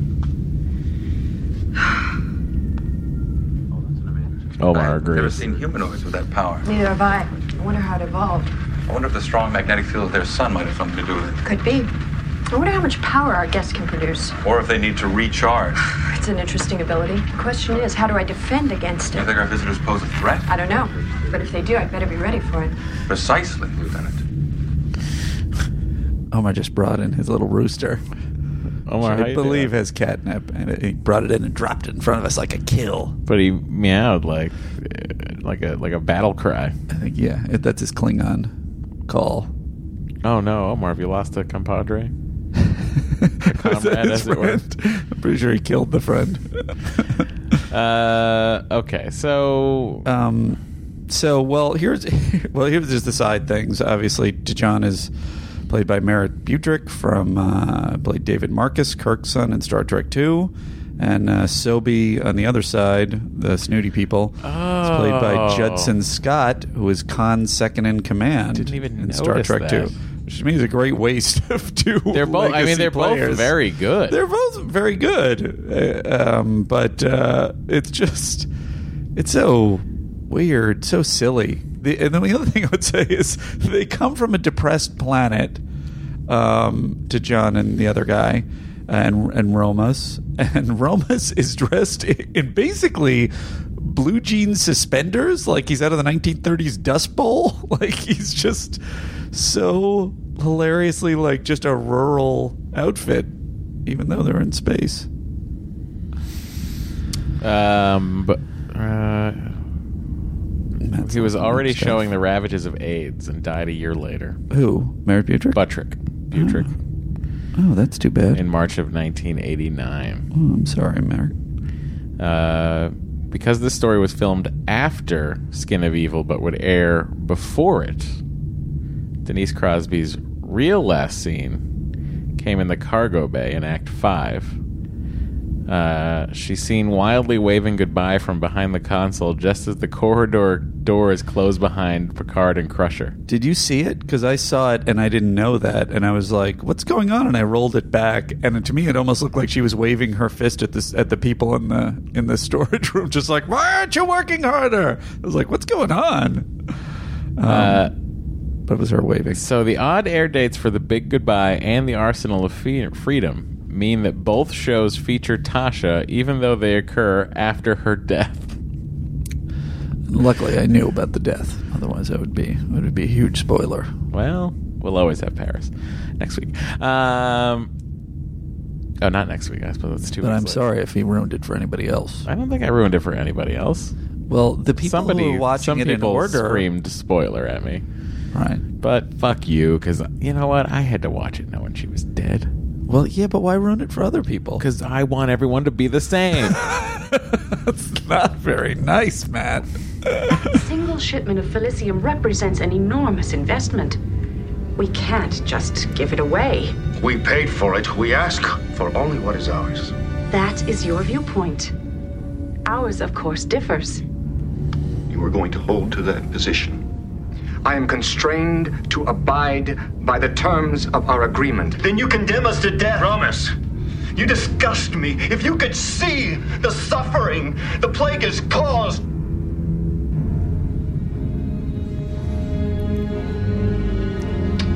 Speaker 2: Omar
Speaker 17: I've never seen humanoids with that power.
Speaker 13: Neither have I. I wonder how it evolved.
Speaker 17: I wonder if the strong magnetic field of their sun might have something to do with it.
Speaker 13: Could be. I wonder how much power our guests can produce.
Speaker 17: Or if they need to recharge.
Speaker 13: It's an interesting ability. The question is, how do I defend against
Speaker 17: Do you
Speaker 13: it?
Speaker 17: think our visitors pose a threat?
Speaker 13: I don't know. But if they do, I better be ready for it.
Speaker 17: Precisely, Lieutenant.
Speaker 1: Omar just brought in his little rooster.
Speaker 2: Omar, how
Speaker 1: I
Speaker 2: you
Speaker 1: believe has catnip, and it, he brought it in and dropped it in front of us like a kill.
Speaker 2: But he meowed like like a like a battle cry.
Speaker 1: I think yeah, it, that's his Klingon call.
Speaker 2: Oh no, Omar, have you lost a compadre?
Speaker 1: Was that
Speaker 2: comrade,
Speaker 1: his
Speaker 2: as it were.
Speaker 1: friend? I'm pretty sure he killed the friend.
Speaker 2: Uh, okay, so
Speaker 1: um, so well here's well here's just the side things. Obviously, T'Chon is played by Merritt Butrick from uh, played David Marcus, Kirk's son in Star Trek Two, and uh, Sobe on the other side, the snooty people, is played by
Speaker 2: Oh.
Speaker 1: Judson Scott, who is Khan's second in command
Speaker 2: Didn't even
Speaker 1: in Star
Speaker 2: notice
Speaker 1: Trek
Speaker 2: that.
Speaker 1: Two. Which to me is a great waste of two.
Speaker 2: They're both. I mean,
Speaker 1: legacy
Speaker 2: they're
Speaker 1: players.
Speaker 2: both very good.
Speaker 1: They're both very good, uh, um, but uh, it's just it's so weird, so silly. The, and then the other thing I would say is they come from a depressed planet um, to John and the other guy. And, and Romas and Romas is dressed in, in basically blue jean suspenders, like he's out of the 1930s Dust Bowl. Like he's just so hilariously like just a rural outfit, even though they're in space.
Speaker 2: Um, but uh,
Speaker 1: Matt's
Speaker 2: he was
Speaker 1: looking up
Speaker 2: already
Speaker 1: stuff.
Speaker 2: showing the ravages of AIDS and died a year later.
Speaker 1: Who? Merritt Butrick?
Speaker 2: Buttrick, Butrick,
Speaker 1: Oh, that's too bad.
Speaker 2: in March of 1989.
Speaker 1: Oh, I'm sorry, Merritt.
Speaker 2: Uh, because this story was filmed after Skin of Evil, but would air before it. Denise Crosby's real last scene came in the cargo bay in Act Five. Uh, she's seen wildly waving goodbye from behind the console just as the corridor door is closed behind Picard and Crusher.
Speaker 1: Did you see it? Because I saw it and I didn't know that, and I was like, "What's going on?" And I rolled it back, and to me, it almost looked like she was waving her fist at this at the people in the in the storage room, just like, "Why aren't you working harder?" I was like, "What's going on?" Um,
Speaker 2: Uh,
Speaker 1: but it was her waving.
Speaker 2: So the odd air dates for The Big Goodbye and The Arsenal of Fe- Freedom mean that both shows feature Tasha, even though they occur after her death.
Speaker 1: Luckily, I knew about the death. Otherwise, that would be that would be a huge spoiler.
Speaker 2: Well, we'll always have Paris next week. Um, oh, not next week. I suppose that's too.
Speaker 1: But I'm sorry if he ruined it for anybody else.
Speaker 2: I don't think I ruined it for anybody else.
Speaker 1: Well, the people
Speaker 2: Somebody,
Speaker 1: who were watching
Speaker 2: some
Speaker 1: it in
Speaker 2: people
Speaker 1: order,
Speaker 2: screamed spoiler at me.
Speaker 1: right?
Speaker 2: But fuck you, because you know what? I had to watch it knowing she was dead.
Speaker 1: Well, yeah, but why ruin it for other people?
Speaker 2: Because I want everyone to be the same.
Speaker 1: That's not very nice, Matt.
Speaker 9: A single shipment of Felicium represents an enormous investment. We can't just give it away.
Speaker 7: We paid for it. We ask for only what is ours.
Speaker 9: That is your viewpoint. Ours, of course, differs.
Speaker 7: You are going to hold to that position.
Speaker 21: I am constrained to abide by the terms of our agreement.
Speaker 22: Then you condemn us to death. Promise. You disgust me. If you could see the suffering the plague has caused.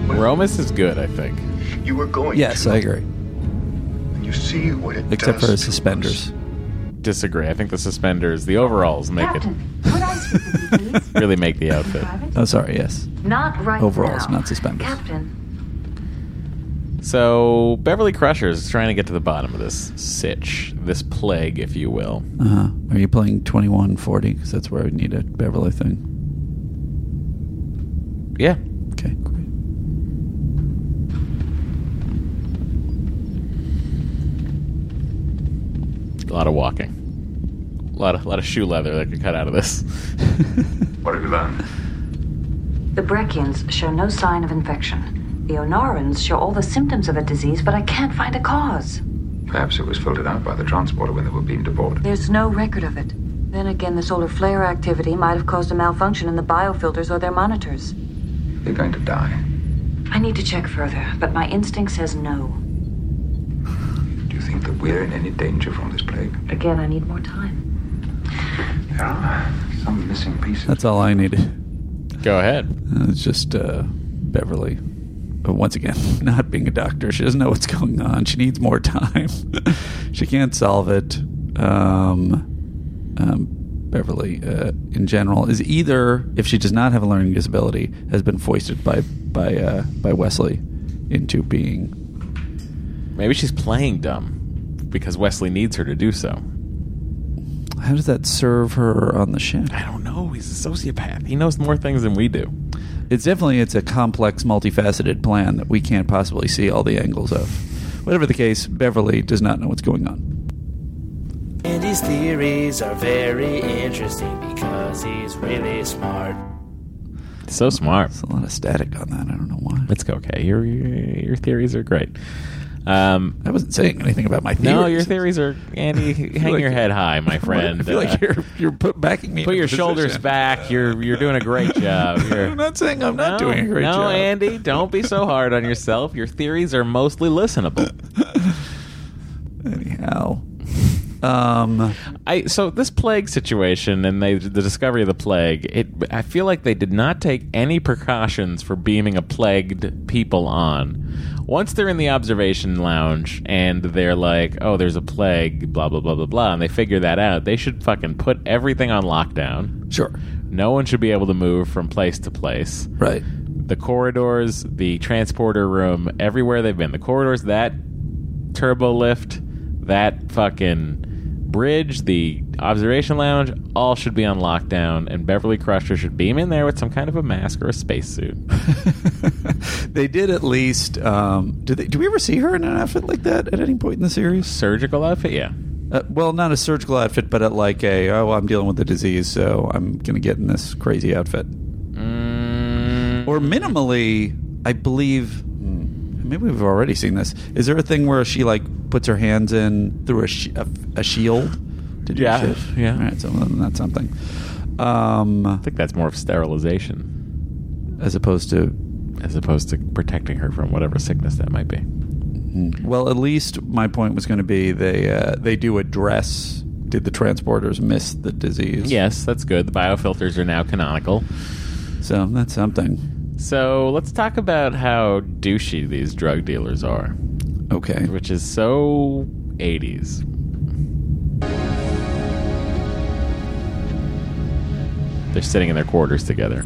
Speaker 2: Romus is good, I think.
Speaker 7: You were going
Speaker 1: Yes,
Speaker 7: to.
Speaker 1: I agree.
Speaker 7: And you see what it
Speaker 1: Except for
Speaker 7: does.
Speaker 1: his suspenders.
Speaker 2: Disagree. I think the suspenders, the overalls, make it
Speaker 13: Could I speak with you, please?
Speaker 2: really make the outfit.
Speaker 1: Oh, sorry. Yes.
Speaker 13: Not right
Speaker 1: Overalls,
Speaker 13: now.
Speaker 1: not suspenders.
Speaker 13: Captain,
Speaker 2: So Beverly Crusher is trying to get to the bottom of this sitch, this plague, if you will.
Speaker 1: Uh huh. Are you playing 2140? Because that's where I would need a Beverly thing.
Speaker 2: Yeah.
Speaker 1: Okay.
Speaker 2: A lot of walking. A lot of, lot of shoe leather that could cut out of this.
Speaker 14: what have you learned?
Speaker 9: The Breckians show no sign of infection. The Onarans show all the symptoms of a disease, but I can't find a cause.
Speaker 17: Perhaps it was filtered out by the transporter when they were beamed aboard.
Speaker 9: There's no record of it. Then again, the solar flare activity might have caused a malfunction in the biofilters or their monitors.
Speaker 17: They're going to die.
Speaker 9: I need to check further, but my instinct says no.
Speaker 17: Do you think that we're in any danger from this plague?
Speaker 9: Again, I need more time.
Speaker 17: There are some missing pieces.
Speaker 1: That's all I needed.
Speaker 2: Go ahead.
Speaker 1: It's just uh, Beverly. But once again, not being a doctor, she doesn't know what's going on. She needs more time. she can't solve it. Um, um, Beverly, uh, in general, is either if she does not have a learning disability, has been foisted by by uh, by Wesley into being.
Speaker 2: Maybe she's playing dumb because Wesley needs her to do so.
Speaker 1: How does that serve her on the ship?
Speaker 2: I don't know. He's a sociopath. He knows more things than we do.
Speaker 1: It's definitely it's a complex, multifaceted plan that we can't possibly see all the angles of. Whatever the case, Beverly does not know what's going on.
Speaker 3: Andy's theories are very interesting because he's really smart.
Speaker 2: So smart.
Speaker 1: There's a lot of static on that. I don't know why.
Speaker 2: It's okay. Your your theories are great. Um,
Speaker 1: I wasn't saying anything about my
Speaker 2: No,
Speaker 1: theories.
Speaker 2: your theories are Andy.
Speaker 1: I
Speaker 2: hang
Speaker 1: feel like-
Speaker 2: your head high, my friend.
Speaker 1: I feel
Speaker 2: Uh,
Speaker 1: like you're you're put backing me.
Speaker 2: put
Speaker 1: into
Speaker 2: your
Speaker 1: position.
Speaker 2: shoulders back. You're you're doing a great job. You're,
Speaker 1: I'm not saying I'm not
Speaker 2: No,
Speaker 1: doing a great
Speaker 2: no,
Speaker 1: job.
Speaker 2: Andy, don't be so hard on yourself. Your theories are mostly listenable.
Speaker 1: Anyhow, um,
Speaker 2: I so this plague situation and they, the discovery of the plague. It I feel like they did not take any precautions for beaming a plagued people on. Once they're in the observation lounge and they're like, "Oh, there's a plague," blah blah blah blah blah, and they figure that out, they should fucking put everything on lockdown.
Speaker 1: Sure.
Speaker 2: No one should be able to move from place to place.
Speaker 1: Right.
Speaker 2: The corridors, the transporter room, everywhere they've been. The corridors, that turbo lift, that fucking bridge, the observation lounge, all should be on lockdown, and Beverly Crusher should beam in there with some kind of a mask or a spacesuit.
Speaker 1: they did at least. Um, did they? Do we ever see her in an outfit like that at any point in the series?
Speaker 2: Surgical outfit, yeah.
Speaker 1: Uh, well, not a surgical outfit, but at like a oh, I'm dealing with the disease, so I'm gonna get in this crazy outfit.
Speaker 2: Mm.
Speaker 1: Or minimally, I believe. hmm, Maybe we've already seen this. Is there a thing where she like puts her hands in through a sh- a, a shield? Did you
Speaker 2: Yeah,
Speaker 1: shit?
Speaker 2: yeah.
Speaker 1: All right, so then that's something. Um, I
Speaker 2: think that's more of sterilization
Speaker 1: as opposed to
Speaker 2: as opposed to protecting her from whatever sickness that might be.
Speaker 1: Well, at least my point was going to be they uh, they do address did the transporters miss the disease?
Speaker 2: Yes, that's good. The biofilters are now canonical.
Speaker 1: So that's something.
Speaker 2: So let's talk about how douchey these drug dealers are.
Speaker 1: Okay.
Speaker 2: Which is so 80s. They're sitting in their quarters together.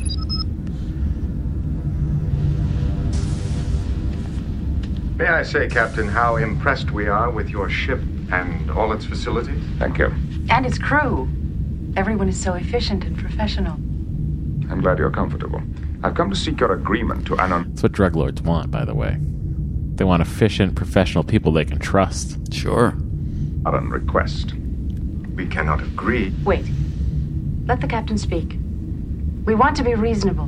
Speaker 21: May I say, Captain, how impressed we are with your ship and all its facilities? Thank you.
Speaker 9: And its crew. Everyone is so efficient and professional.
Speaker 17: I'm glad you're comfortable. I've come to seek your agreement to anon.
Speaker 2: That's what drug lords want, by the way. They want efficient, professional people they can trust.
Speaker 1: Sure.
Speaker 21: Anon request. We cannot agree.
Speaker 9: Wait. Let the captain speak. We want to be reasonable.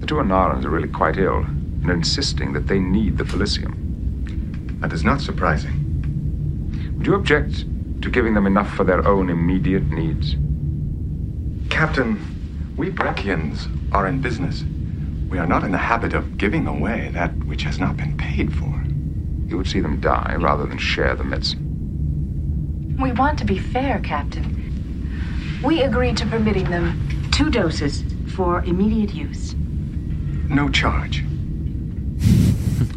Speaker 17: The two Anarans are really quite ill and are insisting that they need the Felicium.
Speaker 21: That is not surprising.
Speaker 17: Would you object to giving them enough for their own immediate needs?
Speaker 21: Captain, we Breckians are in business. We are not in the habit of giving away that which has not been paid for.
Speaker 17: You would see them die rather than share the medicine.
Speaker 9: We want to be fair, Captain. We agree to permitting them two doses for immediate use.
Speaker 21: No charge.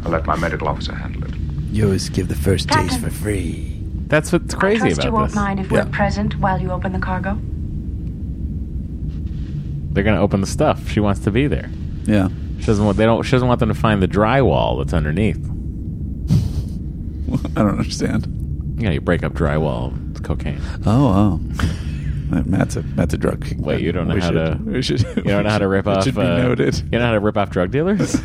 Speaker 17: I'll let my medical officer handle it.
Speaker 3: Yours give the first taste
Speaker 9: Captain.
Speaker 3: for free.
Speaker 2: That's what's
Speaker 9: I trust you won't mind if we're present while you open the cargo.
Speaker 2: They're gonna open the stuff. She wants to be there.
Speaker 1: Yeah.
Speaker 2: She doesn't want they don't she doesn't want them to find the drywall that's underneath.
Speaker 1: I don't understand.
Speaker 2: You know, you break up drywall with cocaine.
Speaker 1: Oh, oh. Matt's a Matt's a drug. king.
Speaker 2: Wait, you don't know
Speaker 1: We
Speaker 2: how
Speaker 1: should-
Speaker 2: to.
Speaker 1: we should-
Speaker 2: you don't know how to rip
Speaker 1: it
Speaker 2: off.
Speaker 1: should be
Speaker 2: uh,
Speaker 1: noted.
Speaker 2: You know how to rip off drug dealers?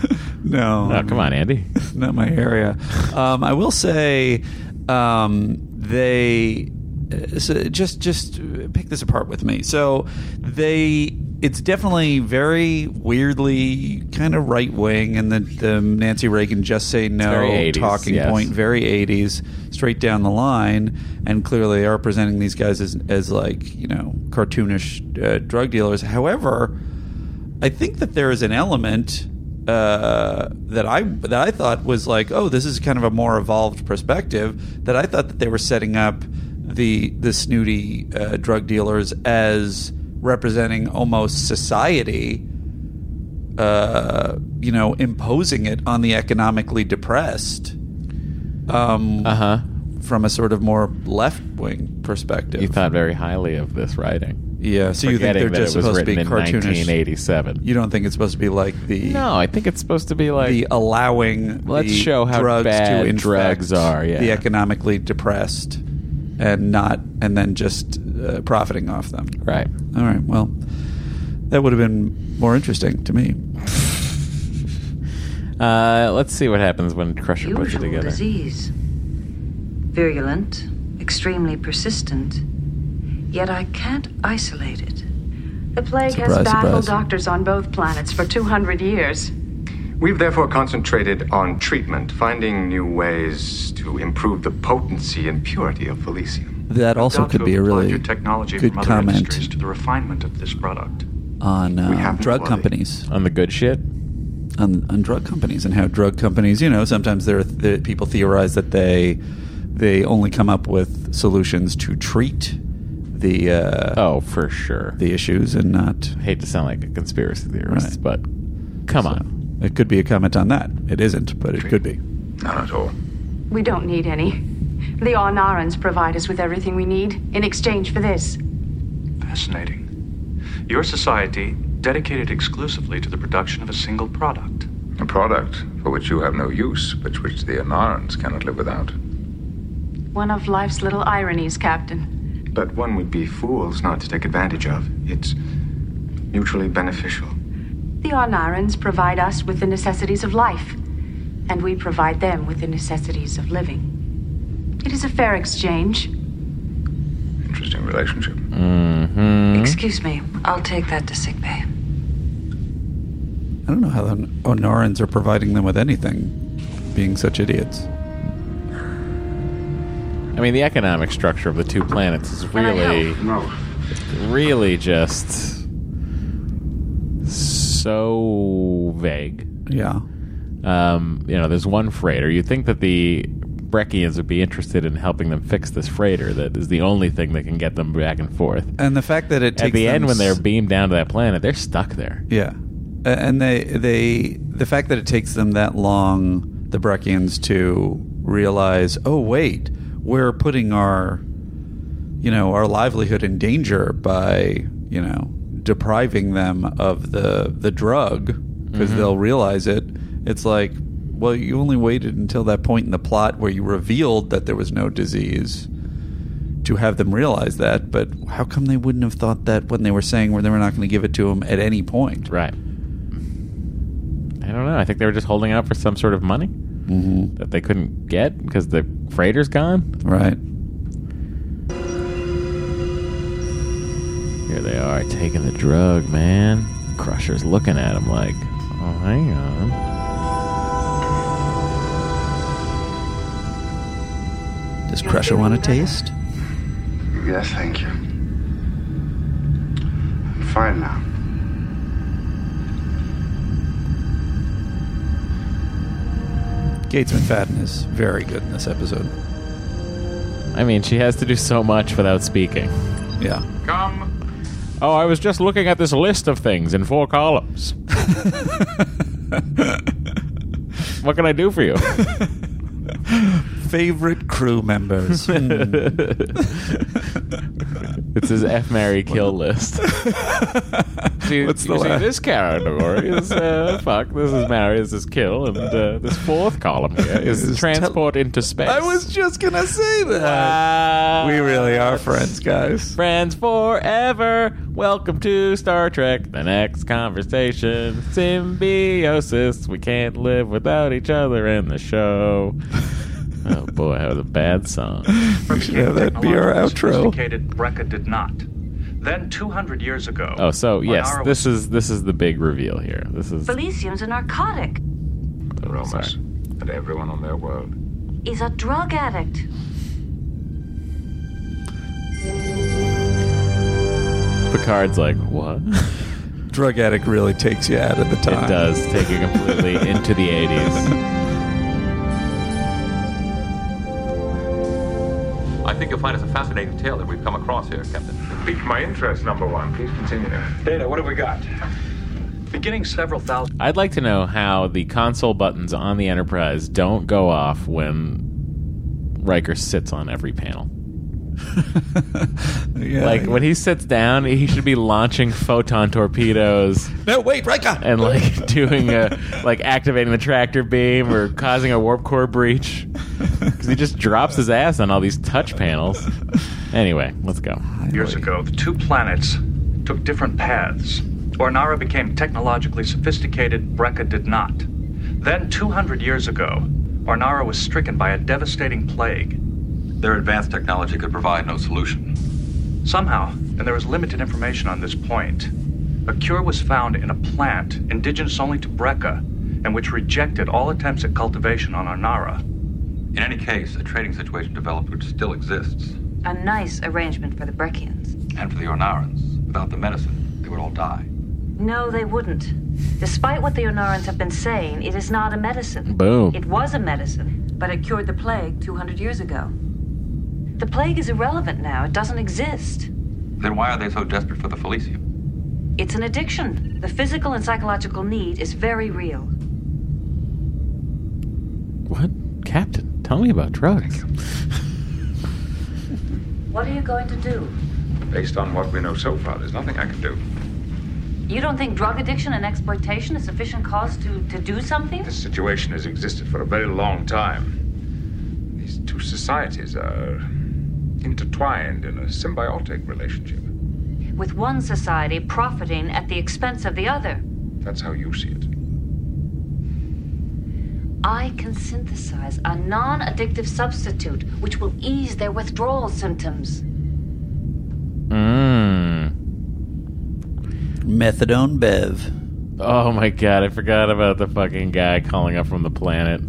Speaker 1: No.
Speaker 2: Oh, come on, Andy.
Speaker 1: Not my area. Um, I will say um, they uh, so just just pick this apart with me. So they it's definitely very weirdly kind of right wing and the, the Nancy Reagan just say
Speaker 2: very
Speaker 1: no
Speaker 2: 80s,
Speaker 1: talking
Speaker 2: yes.
Speaker 1: point very 80s straight down the line and clearly they are presenting these guys as, as like you know cartoonish uh, drug dealers however I think that there is an element uh, that I that I thought was like, oh, this is kind of a more evolved perspective. That I thought that they were setting up the the snooty uh, drug dealers as representing almost society, uh, you know, imposing it on the economically depressed. Um, uh
Speaker 2: Uh-huh.
Speaker 1: huh. From a sort of more left wing perspective,
Speaker 2: You thought very highly of this writing.
Speaker 1: Yeah, so you think
Speaker 2: Forgetting
Speaker 1: they're
Speaker 2: that
Speaker 1: just
Speaker 2: it was
Speaker 1: supposed to be
Speaker 2: written in
Speaker 1: cartoonish?
Speaker 2: 1987.
Speaker 1: You don't think it's supposed to be like the
Speaker 2: No, I think it's supposed to be like
Speaker 1: the allowing
Speaker 2: Let's
Speaker 1: the
Speaker 2: show how
Speaker 1: drugs
Speaker 2: bad
Speaker 1: to infect
Speaker 2: drugs are, yeah.
Speaker 1: the economically depressed and not and then just uh, profiting off them.
Speaker 2: Right.
Speaker 1: All right. Well, that would have been more interesting to me.
Speaker 2: Uh, let's see what happens when Crusher puts it
Speaker 5: usual
Speaker 2: together.
Speaker 5: disease. Virulent, extremely persistent, yet I can't isolate it.
Speaker 9: The plague
Speaker 21: Surprise,
Speaker 9: has baffled
Speaker 21: surprise.
Speaker 9: doctors on both planets for 200 years.
Speaker 21: We've therefore concentrated on treatment, finding new ways to improve the potency and purity of Felicium.
Speaker 1: That also could be a really
Speaker 21: your technology
Speaker 1: good
Speaker 21: from other
Speaker 1: comment
Speaker 21: industries
Speaker 20: to the refinement of this product.
Speaker 1: on
Speaker 20: We
Speaker 1: uh,
Speaker 20: haven't
Speaker 1: drug
Speaker 20: bloody.
Speaker 1: companies
Speaker 2: on the good shit
Speaker 1: on, on drug companies and how drug companies you know sometimes there are th- people theorize that they they only come up with solutions to treat the uh,
Speaker 2: oh for sure
Speaker 1: the issues and not
Speaker 2: hate to sound like a conspiracy theorist, but come
Speaker 1: on it could be a comment on that it isn't but it could be
Speaker 17: not at all
Speaker 9: We don't need any. The Onarans provide us with everything we need in exchange for this.
Speaker 20: Fascinating. Your society dedicated exclusively to the production of a single product.
Speaker 17: A product for which you have no use, but which the Anarans cannot live without.
Speaker 9: One of life's little ironies, Captain.
Speaker 21: But one would be fools not to take advantage of. It's mutually beneficial.
Speaker 9: The Onarans provide us with the necessities of life, and we provide them with the necessities of living. It is a fair exchange.
Speaker 17: Interesting relationship.
Speaker 2: Mm-hmm.
Speaker 5: Excuse me, I'll take that to sick bay.
Speaker 1: I don't know how the Onarans are providing them with anything being such idiots
Speaker 2: I mean, the economic structure of the two planets is
Speaker 5: Can I
Speaker 2: really,
Speaker 5: help?
Speaker 2: really just so vague.
Speaker 1: Yeah.
Speaker 2: Um, you know, there's one freighter. You'd think that the Breckians would be interested in helping them fix this freighter that is the only thing that can get them back and forth.
Speaker 1: and the fact that it takes
Speaker 2: At the end,
Speaker 1: them
Speaker 2: when
Speaker 1: s-
Speaker 2: they're beamed down to that planet, they're stuck there.
Speaker 1: Yeah, A- and they they the fact that it takes them that long, the Breckians, to realize, oh wait, we're putting our, you know, our livelihood in danger by you know depriving them of the the drug because
Speaker 2: Mhm.
Speaker 1: they'll realize it. It's like. Well, you only waited until that point in the plot where you revealed that there was no disease to have them realize that, but how come they wouldn't have thought that when they were saying where they were not going to give it to them at any point?
Speaker 2: Right. I don't know. I think they were just holding out for some sort of money that they couldn't get because the freighter's gone.
Speaker 1: Right.
Speaker 2: Here they are taking the drug, man. Crusher's looking at him like, oh, hang on.
Speaker 1: Does Crusher want to taste?
Speaker 22: Yes, thank you. I'm fine now.
Speaker 1: Gates McFadden is very good in this episode.
Speaker 2: I mean, she has to do so much without speaking.
Speaker 1: Yeah.
Speaker 14: Come.
Speaker 2: Oh, I was just looking at this list of things in four columns. what can I do for you?
Speaker 1: Favorite crew members. Hmm.
Speaker 2: it's It's his F Mary kill list. see,
Speaker 1: What's the
Speaker 2: you see
Speaker 1: last-
Speaker 2: this category is uh, fuck. This is marry. This is kill, and uh, this fourth column here is,
Speaker 1: Is tel-
Speaker 2: transport into space.
Speaker 1: I was just gonna say that. we really are friends, guys.
Speaker 2: Friends forever. Welcome to Star Trek. The next conversation. Symbiosis. We can't live without each other in the show. oh boy, that was a bad song.
Speaker 1: that'd be our outro.
Speaker 20: Sophisticated Brekka did not. Then 200 years ago.
Speaker 2: Oh, so
Speaker 20: when
Speaker 2: yes,
Speaker 20: Ara
Speaker 2: this is this is the big reveal here. This is
Speaker 9: Felicium's a narcotic.
Speaker 17: The Romans and everyone on their world.
Speaker 9: He's a drug addict.
Speaker 2: Picard's like, what?
Speaker 1: Drug addict really takes you out of the time.
Speaker 2: It does take you completely into the '80s.
Speaker 4: I think you'll find it's a fascinating tale that we've come across here, Captain.
Speaker 14: Piqued my interest, number one. Please continue.
Speaker 20: Data, what have we got? Beginning several thousand
Speaker 2: I'd like to know how the console buttons on the Enterprise don't go off when Riker sits on every panel.
Speaker 1: Yeah.
Speaker 2: like when he sits down, he should be launching photon torpedoes
Speaker 1: No, wait, Rika.
Speaker 2: and like doing a like activating the tractor beam or causing a warp core breach because he just drops his ass on all these touch panels. Anyway, let's go.
Speaker 20: years ago, the two planets took different paths. Ornara became technologically sophisticated, Brekka did not. Then 200 years ago, Ornara was stricken by a devastating plague.
Speaker 4: Their advanced technology could provide no solution.
Speaker 20: Somehow, and there is limited information on this point, a cure was found in a plant indigenous only to Brekka, and which rejected all attempts at cultivation on Arnara.
Speaker 4: In any case, a trading situation developed which still exists.
Speaker 5: A nice arrangement for the Breckians.
Speaker 4: And for the Ornarans, without the medicine, they would all die.
Speaker 5: No, they wouldn't. Despite what the Onarans have been saying, it is not a medicine.
Speaker 2: Boom.
Speaker 5: It was a medicine, but it cured the plague 200 years ago. The plague is irrelevant now. It doesn't exist.
Speaker 4: Then why are they so desperate for the Felicium?
Speaker 5: It's an addiction. The physical and psychological need is very real.
Speaker 2: What, Captain? Tell me about drugs.
Speaker 5: What are you going to do?
Speaker 17: Based on what we know so far, there's nothing I can do.
Speaker 5: You don't think drug addiction and exploitation is sufficient cause to, to do something?
Speaker 17: This situation has existed for a very long time. These two societies are intertwined in a symbiotic relationship.
Speaker 5: With one society profiting at the expense of the other.
Speaker 17: That's how you see it.
Speaker 5: I can synthesize a non addictive substitute which will ease their withdrawal symptoms.
Speaker 2: Mm.
Speaker 3: Methadone Bev.
Speaker 2: Oh my god, I forgot about the fucking guy calling up from the planet.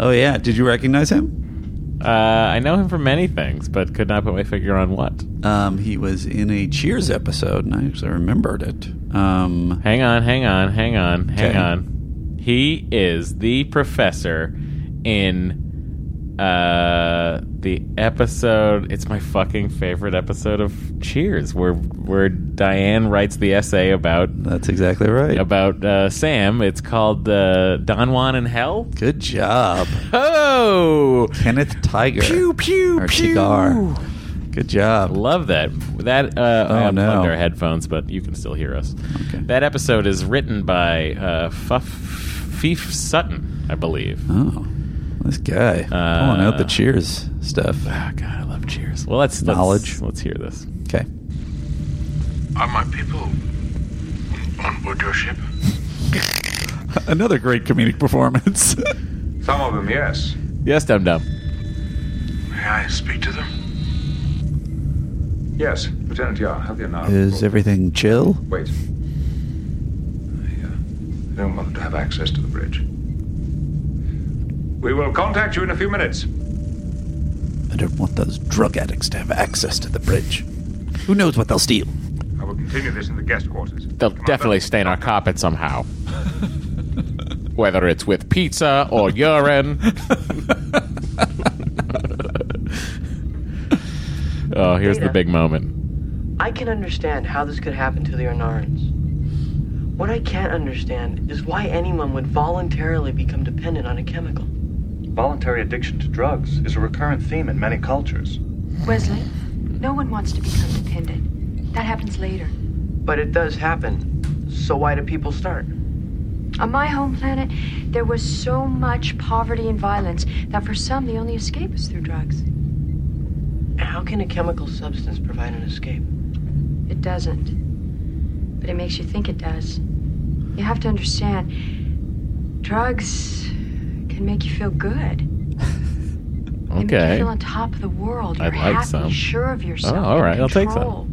Speaker 3: Oh yeah, did you recognize him?
Speaker 2: Uh, I know him from many things, but could not put my figure on what.
Speaker 3: Um, he was in a Cheers episode, and I actually remembered it. Um,
Speaker 2: hang on, hang on, hang on, hang
Speaker 3: Okay.
Speaker 2: on. He is the professor in uh, the episode. It's my fucking favorite episode of Cheers, where where Diane writes the essay about.
Speaker 3: That's exactly right.
Speaker 2: About uh, Sam. It's called uh, Don Juan in Hell.
Speaker 3: Good job.
Speaker 2: Oh,
Speaker 3: Kenneth Tiger. Pew
Speaker 2: pew
Speaker 3: or Cigar. Good job.
Speaker 2: Love that. That uh, I
Speaker 3: Oh,
Speaker 2: unplugged
Speaker 3: no.
Speaker 2: our headphones, but you can still hear us. That episode is written by uh, Fuff Fief Sutton, I believe.
Speaker 3: Oh, this guy pulling out the Cheers stuff.
Speaker 2: Uh, ah, God, I love Cheers. Well, let's, let's
Speaker 3: Knowledge.
Speaker 2: Let's hear this.
Speaker 3: Okay.
Speaker 23: Are my people on board your ship?
Speaker 1: Another great comedic performance.
Speaker 17: Some of them, yes.
Speaker 2: Yes, Dum Dum.
Speaker 23: May I speak to them?
Speaker 17: Yes, Lieutenant Yar, have the Anara.
Speaker 3: Is everything chill?
Speaker 17: Wait. I, uh, I don't want them to have access to the bridge. We will contact you in a few minutes.
Speaker 3: I don't want those drug addicts to have access to the bridge. Who knows what they'll steal?
Speaker 17: I will continue this in the guest quarters.
Speaker 2: They'll definitely stain our carpet somehow. Whether it's with pizza or urine. oh, here's the
Speaker 18: Data.
Speaker 2: big moment.
Speaker 18: I can understand how this could happen to the Onarans. What I can't understand is why anyone would voluntarily become dependent on a chemical.
Speaker 8: Voluntary addiction to drugs is a recurrent theme in many cultures.
Speaker 18: Wesley?
Speaker 13: No one wants to become dependent. That happens later.
Speaker 18: But it does happen. So why do people start?
Speaker 13: On my home planet, there was so much poverty and violence that for some, the only escape is through drugs.
Speaker 18: How can a chemical substance provide an escape?
Speaker 13: It doesn't. But it makes you think it does. You have to understand drugs can make you feel good. They make you
Speaker 2: Okay.
Speaker 13: feel on top of the world. You're
Speaker 2: I'd like
Speaker 13: happy,
Speaker 2: some.
Speaker 13: sure of yourself.
Speaker 2: Oh, all
Speaker 13: in
Speaker 2: right, I'll take some.
Speaker 13: control.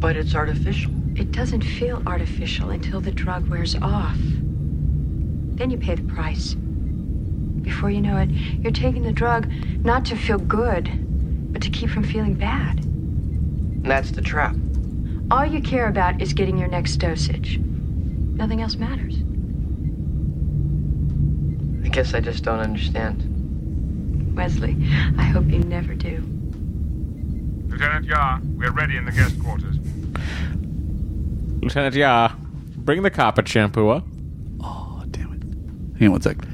Speaker 18: But it's artificial.
Speaker 13: It doesn't feel artificial until the drug wears off. Then you pay the price. Before you know it, you're taking the drug not to feel good, but to keep from feeling bad.
Speaker 18: And that's the trap.
Speaker 13: All you care about is getting your next dosage. Nothing else matters.
Speaker 18: I guess I just don't understand.
Speaker 13: Wesley, I hope you never do.
Speaker 14: Lieutenant Yar, we're ready in the guest quarters.
Speaker 2: Lieutenant Yar, bring the carpet shampoo up.
Speaker 1: Hang on one sec.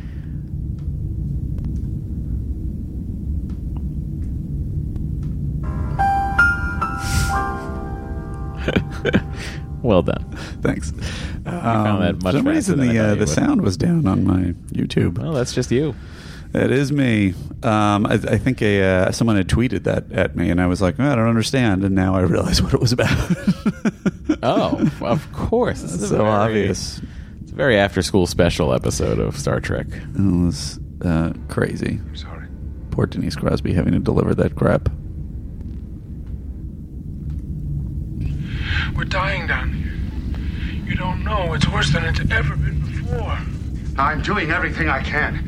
Speaker 2: well done.
Speaker 1: Thanks.
Speaker 2: You found that much
Speaker 1: for some
Speaker 2: faster
Speaker 1: reason,
Speaker 2: than I
Speaker 1: the
Speaker 2: thought
Speaker 1: uh,
Speaker 2: you
Speaker 1: the
Speaker 2: would.
Speaker 1: sound was down on my YouTube.
Speaker 2: Well, that's just you.
Speaker 1: It is me. Um, I, I think a, uh, someone had tweeted that at me, and I was like, "Oh, I don't understand. And now I realize what it was about.
Speaker 2: Oh, of course. This is a
Speaker 1: So uh,
Speaker 2: very-
Speaker 1: obvious.
Speaker 2: It's a very after school special episode of Star Trek.
Speaker 1: It was uh, crazy. I'm
Speaker 17: sorry.
Speaker 1: Poor Denise Crosby having to deliver that crap.
Speaker 23: We're dying down here. You don't know. It's worse than it's ever been before.
Speaker 22: I'm doing everything I can.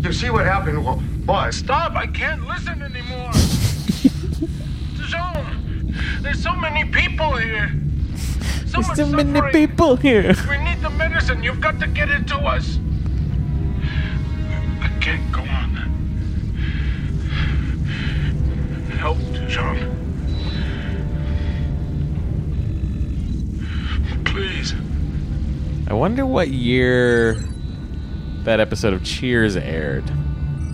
Speaker 22: You see what happened wa- was.
Speaker 23: Stop! I can't listen anymore. the zone. There's so many people here. So
Speaker 2: There's
Speaker 23: much
Speaker 2: so many
Speaker 23: suffering.
Speaker 2: people here.
Speaker 23: We need the medicine. You've got to get it to us. I can't go on. Help, Jean. Please.
Speaker 2: I wonder what year that episode of Cheers aired,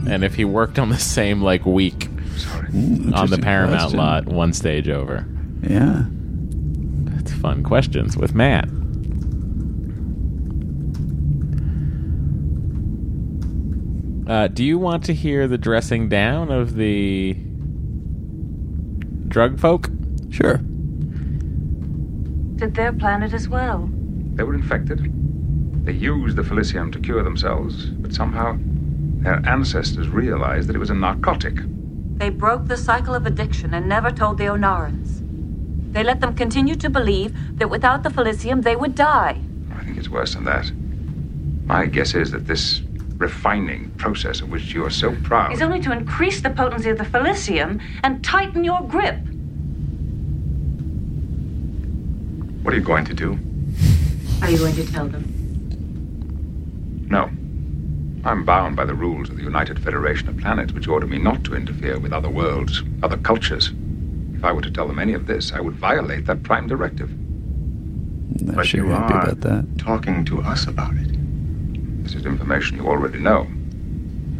Speaker 2: and if he worked on the same like week on the
Speaker 1: interesting
Speaker 2: Paramount
Speaker 1: question.
Speaker 2: lot, one stage over.
Speaker 1: Yeah.
Speaker 2: That's fun questions with Matt. Uh, do you want to hear the dressing down of the drug folk?
Speaker 1: Sure.
Speaker 5: Did their planet as well.
Speaker 17: They were infected. They used the Felicium to cure themselves, but somehow their ancestors realized that it was a narcotic.
Speaker 5: They broke the cycle of addiction and never told the Onarans. They let them continue to believe that without the Felicium they would die.
Speaker 17: I think it's worse than that. My guess is that this refining process of which you are so proud.
Speaker 5: Is only to increase the potency of the Felicium and tighten your grip.
Speaker 17: What are you going to do?
Speaker 5: Are you going to tell them?
Speaker 17: No. I'm bound by the rules of the United Federation of Planets, which order me not to interfere with other worlds, other cultures. If I were to tell them any of this, I would violate that prime directive.
Speaker 1: But sure you won't be are about that.
Speaker 17: talking to us about it. This is information you already know,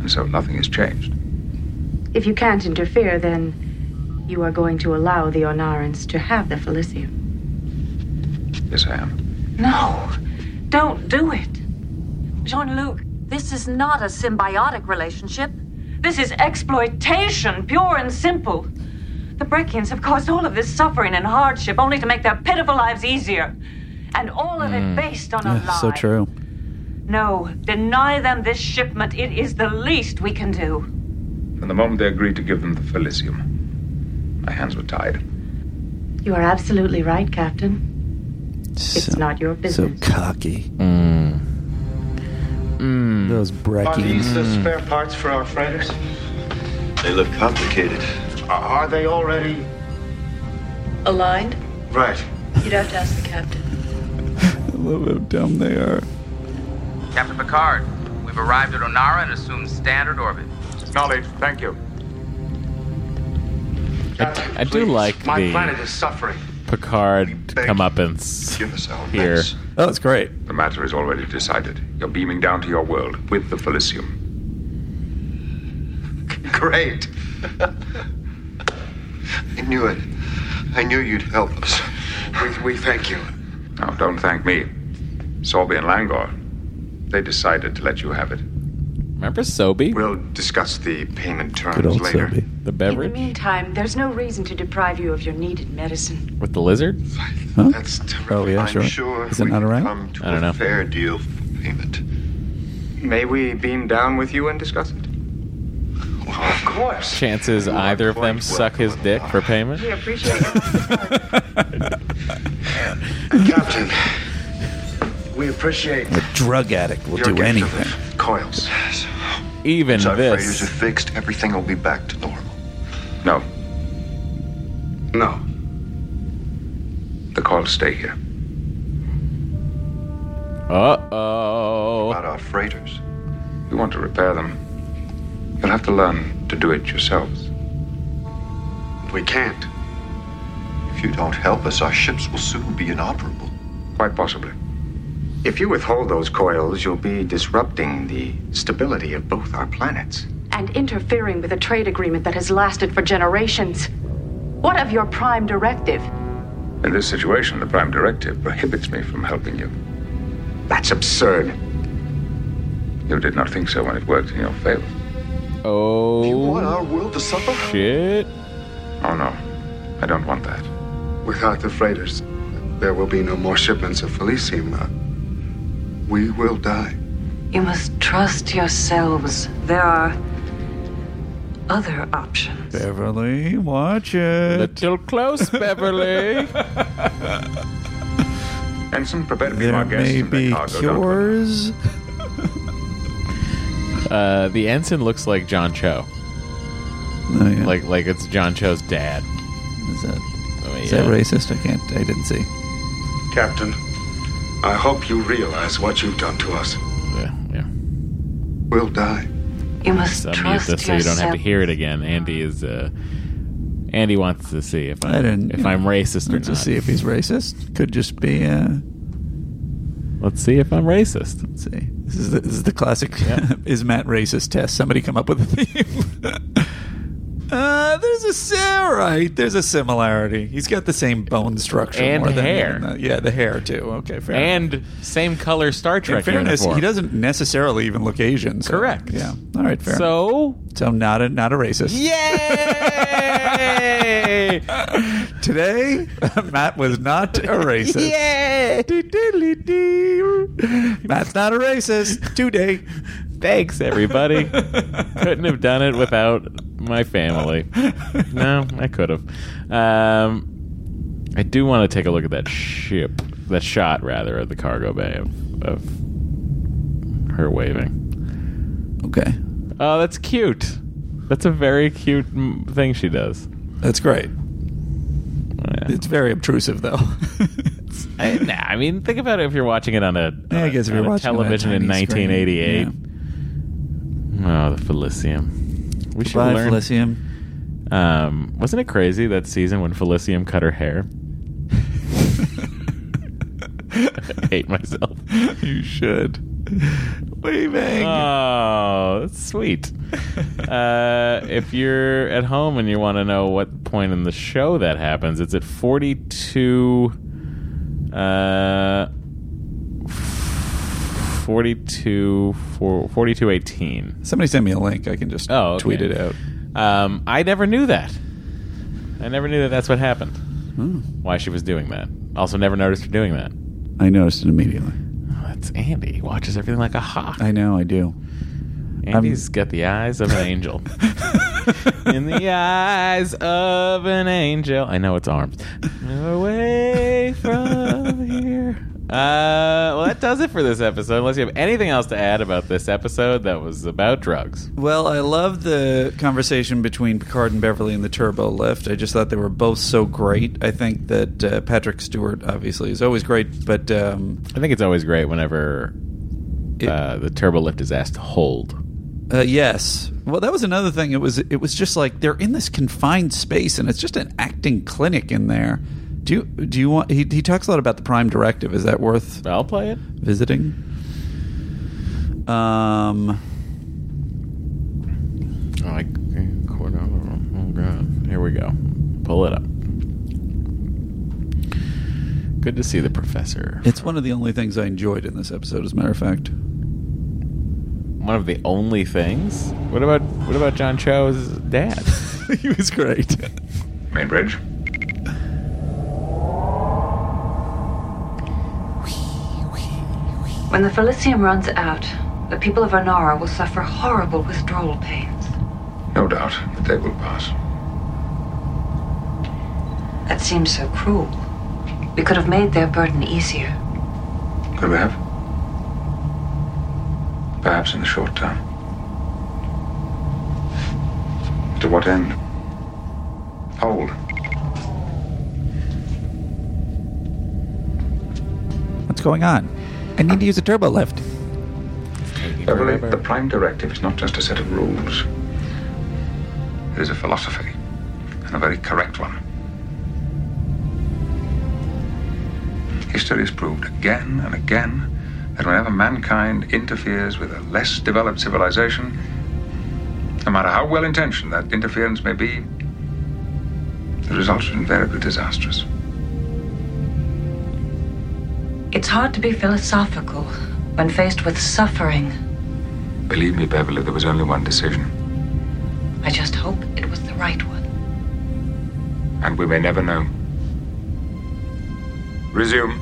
Speaker 17: and so nothing has changed.
Speaker 9: If you can't interfere, then you are going to allow the Onarans to have the Felicium.
Speaker 17: Yes, I am.
Speaker 5: No, don't do it. Jean Luc, this is not a symbiotic relationship. This is exploitation, pure and simple. The Breckians have caused all of this suffering and hardship only to make their pitiful lives easier. And all of
Speaker 2: Mm.
Speaker 5: it based on a
Speaker 1: Hmm. Yeah,
Speaker 5: lie.
Speaker 1: so true.
Speaker 5: No, deny them this shipment. It is the least we can do.
Speaker 17: From the moment they agreed to give them the Felicium, my hands were tied.
Speaker 9: You are absolutely right, Captain. it's not your
Speaker 1: So
Speaker 9: business.
Speaker 1: cocky.
Speaker 2: Mm.
Speaker 1: Mm. Those
Speaker 22: Are these
Speaker 1: Breckies.
Speaker 22: the spare parts for our freighters?
Speaker 8: They look complicated.
Speaker 22: Are- Are they already
Speaker 18: Aligned?
Speaker 22: right?
Speaker 18: You'd have to ask the captain.
Speaker 1: I love how dumb they are.
Speaker 15: Captain Picard, we've arrived at Onara and assumed standard orbit.
Speaker 17: Knowledge, thank you.
Speaker 2: I, I do like
Speaker 22: My
Speaker 2: the
Speaker 22: planet is suffering.
Speaker 2: Picard
Speaker 22: beg
Speaker 2: come up and s- here.
Speaker 1: Oh, that's great.
Speaker 17: The matter is already decided. You're beaming down to your world with the Felicium.
Speaker 22: Great.
Speaker 21: I knew it. I knew you'd help us. We, we thank you.
Speaker 17: Now, don't thank me. Sorby and Langor, they decided to let you have it.
Speaker 2: Remember Sobe?
Speaker 21: We'll discuss the payment terms
Speaker 2: Good old
Speaker 21: later.
Speaker 2: Sobe. The
Speaker 9: In the
Speaker 2: beverage
Speaker 9: meantime, there's no reason to deprive you of your needed medicine.
Speaker 2: with the lizard?
Speaker 1: Huh?
Speaker 21: That's
Speaker 1: oh yeah, sure.
Speaker 21: sure
Speaker 1: Is it not around?
Speaker 21: Come to
Speaker 2: I don't know.
Speaker 21: a fair deal for payment. May we beam down with you and discuss it? of course.
Speaker 2: Chances either of them suck his dick for payment?
Speaker 21: We
Speaker 13: appreciate
Speaker 21: Captain, we appreciate
Speaker 1: A drug addict will
Speaker 21: your
Speaker 1: do
Speaker 21: gift of
Speaker 1: anything.
Speaker 21: coils.
Speaker 2: Even
Speaker 21: Once our failures
Speaker 2: this.
Speaker 21: are fixed, everything will be back to normal.
Speaker 17: No,
Speaker 21: No.
Speaker 17: the calls stay here.
Speaker 2: Uh oh.
Speaker 21: About our freighters.
Speaker 17: You want to repair them. You'll have to learn to do it yourselves.
Speaker 21: We can't. If you don't help us, our ships will soon be inoperable.
Speaker 17: Quite possibly.
Speaker 21: If you withhold those coils, you'll be disrupting the stability of both our planets.
Speaker 9: And interfering with a trade agreement that has lasted for generations. What of your prime directive?
Speaker 17: In this situation, the Prime Directive prohibits me from helping you.
Speaker 21: That's absurd.
Speaker 17: You did not think so when it worked in your favor.
Speaker 2: Oh.
Speaker 21: You want our world to suffer?
Speaker 2: Shit.
Speaker 17: Oh no, I don't want that.
Speaker 7: Without the freighters, there will be no more shipments of Felicium. Uh, we will die.
Speaker 5: You must trust yourselves. There are other options.
Speaker 1: Beverly, watch it.
Speaker 2: Little close, Beverly.
Speaker 17: Ensign, prepare to be
Speaker 1: there
Speaker 17: my guest
Speaker 1: may
Speaker 17: and make
Speaker 1: be
Speaker 17: cargo down to
Speaker 1: cures.
Speaker 2: Uh, the ensign looks like John Cho. Like like it's John Cho's dad.
Speaker 1: Oh, Is that
Speaker 2: Oh,
Speaker 1: Is
Speaker 2: yeah.
Speaker 1: that racist? I can't. I didn't see.
Speaker 7: Captain, I hope you realize what you've done to us.
Speaker 2: Yeah, yeah.
Speaker 7: We'll die.
Speaker 5: You must
Speaker 2: Let's unmute
Speaker 5: trust
Speaker 2: this so you don't have to
Speaker 5: yourself.
Speaker 2: hear it again. Andy is uh, Andy wants to see if
Speaker 1: I
Speaker 2: I'm,
Speaker 1: didn't.
Speaker 2: if I'm racist or
Speaker 1: Let's
Speaker 2: not.
Speaker 1: just see if he's racist. Could just be. Uh,
Speaker 2: Let's see if I'm racist.
Speaker 1: let's see. This is the, this is the classic. is Matt racist test? Somebody come up with a theme. uh, there's a Sarah. Right. There's a similarity. He's got the same bone structure
Speaker 2: And
Speaker 1: more than
Speaker 2: hair.
Speaker 1: than the- yeah, the hair too. Okay, fair. enough.
Speaker 2: And same color Star
Speaker 1: in
Speaker 2: Trek
Speaker 1: fairness,
Speaker 2: uniform.
Speaker 1: he doesn't necessarily even look Asian. so-
Speaker 2: Correct.
Speaker 1: Yeah. All right. Fair.
Speaker 2: So
Speaker 1: so not a not a racist.
Speaker 2: yay!
Speaker 1: Today, Matt was not a racist.
Speaker 2: Yay!
Speaker 1: Matt's not a racist today.
Speaker 2: Thanks, everybody. Couldn't have done it without my family. No, I could have. Um, I do want to take a look at that ship, that shot rather, of the cargo bay of, of her waving.
Speaker 1: Okay,
Speaker 2: Oh, that's cute. That's a very cute mm, thing she does.
Speaker 1: that's great.
Speaker 2: Yeah.
Speaker 1: It's very obtrusive, though.
Speaker 2: I, nah, I mean, think about it if you're watching it on a,
Speaker 1: Yeah, I guess if
Speaker 2: on
Speaker 1: you're
Speaker 2: a
Speaker 1: watching it on a
Speaker 2: television in
Speaker 1: tiny screen,
Speaker 2: 1988. Oh, the Felicium. We should
Speaker 1: Bye,
Speaker 2: learn.
Speaker 1: Felicium.
Speaker 2: Um, wasn't it crazy that season when Felicium cut her hair? I hate myself.
Speaker 1: you should. Waving.
Speaker 2: Oh, that's sweet. Uh, if you're at home and you want to know what point in the show that happens, it's at 42. Uh, 42, 42 18.
Speaker 1: Somebody send me a link. I can just
Speaker 2: Oh, okay.
Speaker 1: tweet it out.
Speaker 2: Um, I never knew that. I never knew that that's what happened.
Speaker 1: Hmm.
Speaker 2: Why she was doing that. Also, never noticed her doing that.
Speaker 1: I noticed it immediately.
Speaker 2: Oh, that's Andy. He watches everything like a hawk.
Speaker 1: I know. I do.
Speaker 2: Andy's got the eyes of an angel. In the eyes of an angel. I know it's arms. Uh, Away from here. Uh, well, that does it for this episode. Unless you have anything else to add about this episode that was about drugs.
Speaker 1: Well, I love the conversation between Picard and Beverly in the turbo lift. I just thought they were both so great. I think that uh, Patrick Stewart obviously is always great, but um,
Speaker 2: I think it's always great whenever
Speaker 1: It-
Speaker 2: uh, the turbo lift is asked to hold.
Speaker 1: uh, yes. Well, that was another thing. It was it was just like they're in this confined space, and it's just an acting clinic in there. Do you, do you want? He, he talks a lot about the Prime Directive. Is that worth
Speaker 2: I'll play it.
Speaker 1: visiting? Um,
Speaker 2: eh, Like, oh, God. Here we go. Good to see the professor.
Speaker 1: It's one of the only things I enjoyed in this episode, as a matter of fact.
Speaker 2: One of the only things. What about what about John Cho's dad?
Speaker 1: he was great.
Speaker 17: Main bridge.
Speaker 5: When the Felicium runs out, the people of Onara will suffer horrible withdrawal pains.
Speaker 17: No doubt, but they will pass.
Speaker 5: That seems so cruel. We could have made their burden easier.
Speaker 17: Could we have? Perhaps in the short term. To what end? Hold.
Speaker 6: What's going on? I need to use a turbo lift.
Speaker 17: Beverly, the prime directive is not just a set of rules. It is a philosophy, and a very correct one. History has proved again and again that whenever mankind interferes with a less developed civilization, no matter how well intentioned that interference may be, the result is invariably disastrous.
Speaker 5: It's hard to be philosophical when faced with suffering.
Speaker 17: Believe me, Beverly, there was only one decision,
Speaker 5: I just hope it was the right one.
Speaker 17: and we may never know. Resume.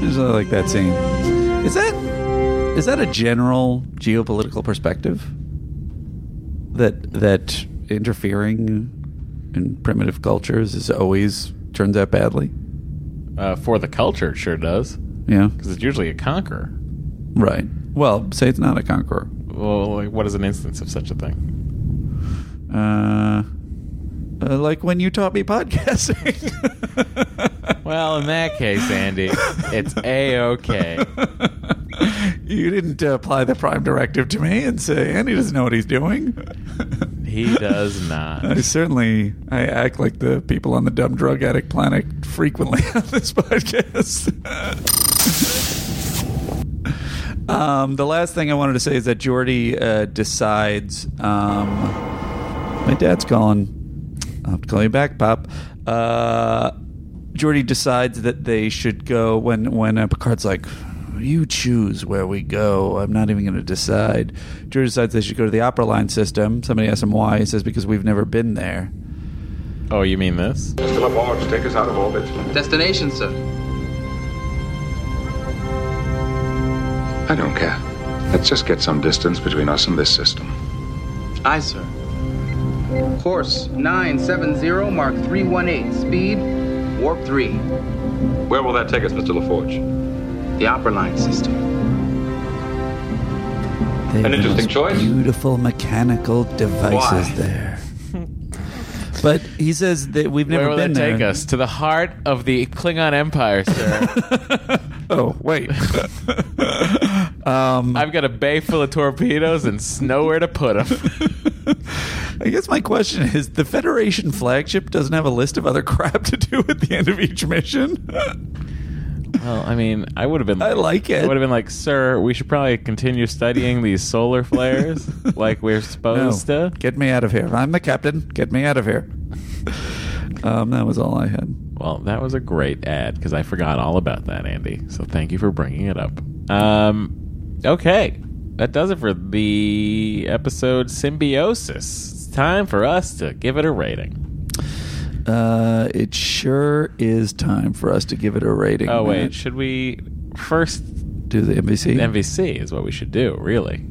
Speaker 1: Just like that scene. Is that is that a general geopolitical perspective? That that interfering in primitive cultures is always turns out badly.
Speaker 2: Uh, for the culture, it sure does.
Speaker 1: Yeah.
Speaker 2: Because it's usually a conqueror.
Speaker 1: Right. Well, say it's not a conqueror.
Speaker 2: Well, like, what is an instance of such a thing?
Speaker 1: Uh, uh, like when you taught me podcasting.
Speaker 2: well, in that case, Andy, it's a okay.
Speaker 1: you didn't uh, apply the prime directive to me and say Andy doesn't know what he's doing.
Speaker 2: He does not.
Speaker 1: I certainly I act like the people on the dumb drug addict planet frequently on this podcast. um, the last thing I wanted to say is that Jordy uh, decides. Um, my dad's calling. I'll have to call you back, Pop. Uh, Jordy decides that they should go when when uh, Picard's like. You choose where we go. I'm not even going to decide. Jordy decides they should go to the Opera Line system. Somebody asks him why. He says, because we've never been there.
Speaker 2: Oh, you mean this?
Speaker 17: Still aboard to take us out of orbit.
Speaker 15: Destination, sir.
Speaker 17: I don't care. Let's just get some distance between us and this system.
Speaker 15: Aye, sir. Course 970, mark 318. Speed, warp 3.
Speaker 4: Where will that take us, Mr. LaForge?
Speaker 15: The Opera Line system.
Speaker 6: They have the
Speaker 4: interesting
Speaker 6: most
Speaker 4: choice.
Speaker 6: Beautiful mechanical devices
Speaker 2: Why?
Speaker 6: there. But he says that we've never
Speaker 2: Where will
Speaker 6: been
Speaker 2: that
Speaker 6: there.
Speaker 2: take us? To the heart of the Klingon Empire, sir.
Speaker 1: oh, wait. um,
Speaker 2: I've got a bay full of torpedoes and s- nowhere to put them.
Speaker 1: I guess my question is the Federation flagship doesn't have a list of other crap to do at the end of each mission.
Speaker 2: Well, I mean, I would have been.
Speaker 1: I like it.
Speaker 2: I would have been like, sir, we should probably continue studying these solar flares like we're supposed to.
Speaker 1: Get me out of here. I'm the captain. Get me out of here. Um, that was all I had.
Speaker 2: Well, that was a great ad because I forgot all about that, Andy. So thank you for bringing it up. Um, okay, that does it for the episode Symbiosis. It's time for us to give it a rating.
Speaker 1: Uh, it sure is time for us to give it a rating.
Speaker 2: Oh wait,
Speaker 1: Matt.
Speaker 2: should we first
Speaker 1: do the MVC?
Speaker 2: MVC is what we should do, really.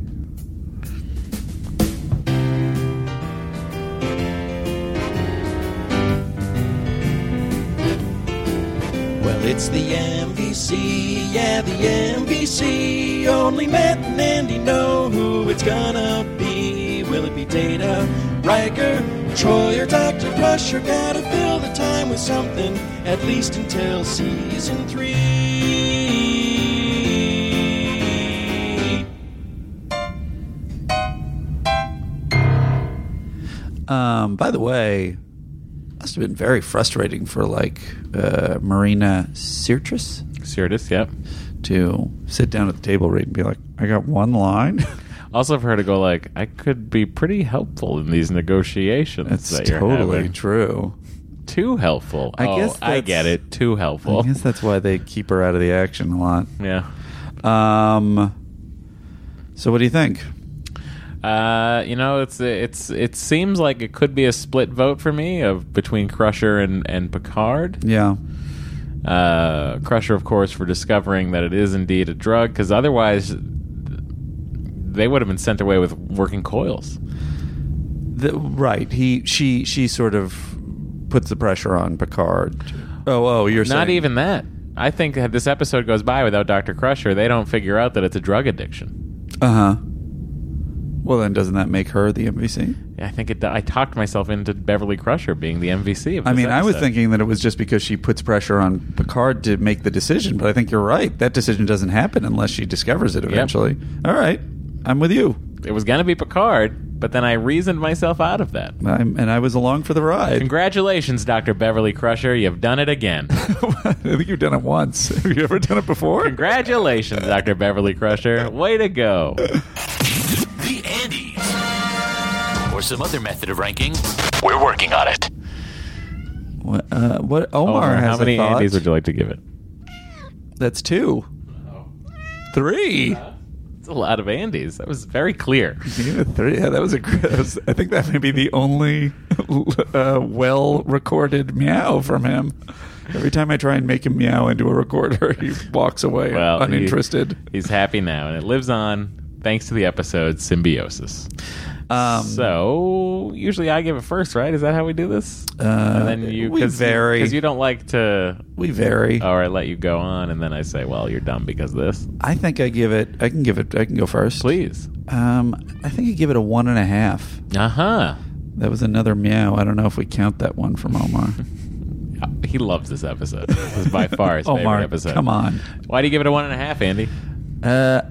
Speaker 3: Well, it's the MVC, yeah, the MVC. Only Matt and Andy know who it's gonna be. Will it be Data, Riker, Troy, or Dr. Crusher? Gotta fill the time with something, at least until season three.
Speaker 1: Um, by the way, must have been very frustrating for like uh, Marina Sirtis.
Speaker 2: Sirtis, yep.
Speaker 1: To sit down at the table read and be like, I got one line.
Speaker 2: Also, for her to go like, I could be pretty helpful in these negotiations.
Speaker 1: That's
Speaker 2: that you're
Speaker 1: totally
Speaker 2: having."
Speaker 1: true.
Speaker 2: Too helpful.
Speaker 1: I
Speaker 2: Oh,
Speaker 1: guess
Speaker 2: I
Speaker 1: that's-
Speaker 2: get it. Too helpful.
Speaker 1: I guess that's why they keep her out of the action a lot.
Speaker 2: Yeah.
Speaker 1: Um. So what do you think?
Speaker 2: Uh, you know, it's it's it seems like it could be a split vote for me of between Crusher and and Picard.
Speaker 1: Yeah.
Speaker 2: Uh, Crusher, of course, for discovering that it is indeed a drug, because otherwise they would have been sent away with working coils.
Speaker 1: The, right. He she she sort of puts the pressure on Picard. Oh oh, you're
Speaker 2: not
Speaker 1: saying-
Speaker 2: even that. I think that this episode goes by without Doctor Crusher, they don't figure out that it's a drug addiction.
Speaker 1: Uh huh. Well, then doesn't that make her the MVC?
Speaker 2: I think it. I talked myself into Beverly Crusher being the MVC. Of
Speaker 1: I
Speaker 2: this
Speaker 1: mean, I was
Speaker 2: episode.
Speaker 1: thinking that it was just because she puts pressure on Picard to make the decision, but I think you're right. That decision doesn't happen unless she discovers it eventually. All right, I'm with you.
Speaker 2: it was going to be Picard, but then I reasoned myself out of that.
Speaker 1: I'm, and I was along for the ride.
Speaker 2: Congratulations, Dr. Beverly Crusher. You've done it again.
Speaker 1: I think you've done it once. Have you ever done it before?
Speaker 2: Congratulations, Dr. Beverly Crusher. Way to go.
Speaker 3: The Andes. Or some other method of ranking. We're working on it.
Speaker 1: What, uh, what Omar,
Speaker 2: Omar,
Speaker 1: has
Speaker 2: how many
Speaker 1: a thought.
Speaker 2: Andes would you like to give it?
Speaker 1: That's two, three.
Speaker 2: It's a lot of Andes. That was very clear.
Speaker 1: Yeah, three. Yeah, that was a. That was, I think that may be the only uh, well-recorded meow from him. Every time I try and make him meow into a recorder, he walks away
Speaker 2: Well, he-
Speaker 1: uninterested.
Speaker 2: he's happy now, and it lives on thanks to the episode Symbiosis.
Speaker 1: Um,
Speaker 2: so usually I give it first, right? Is that how we do this?
Speaker 1: Uh,
Speaker 2: and then you
Speaker 1: we vary.
Speaker 2: because you don't like to.
Speaker 1: We vary.
Speaker 2: Or I let you go on, and then I say, "Well, you're dumb because of this."
Speaker 1: I think I give it. I can give it. I can go first,
Speaker 2: please.
Speaker 1: Um, I think I give it a one and a half.
Speaker 2: Uh huh.
Speaker 1: That was another meow. I don't know if we count that one from Omar.
Speaker 2: He loves this episode. This is by far his
Speaker 1: Omar,
Speaker 2: favorite episode.
Speaker 1: come on.
Speaker 2: Why do you give it a one and a half, Andy?
Speaker 1: Uh,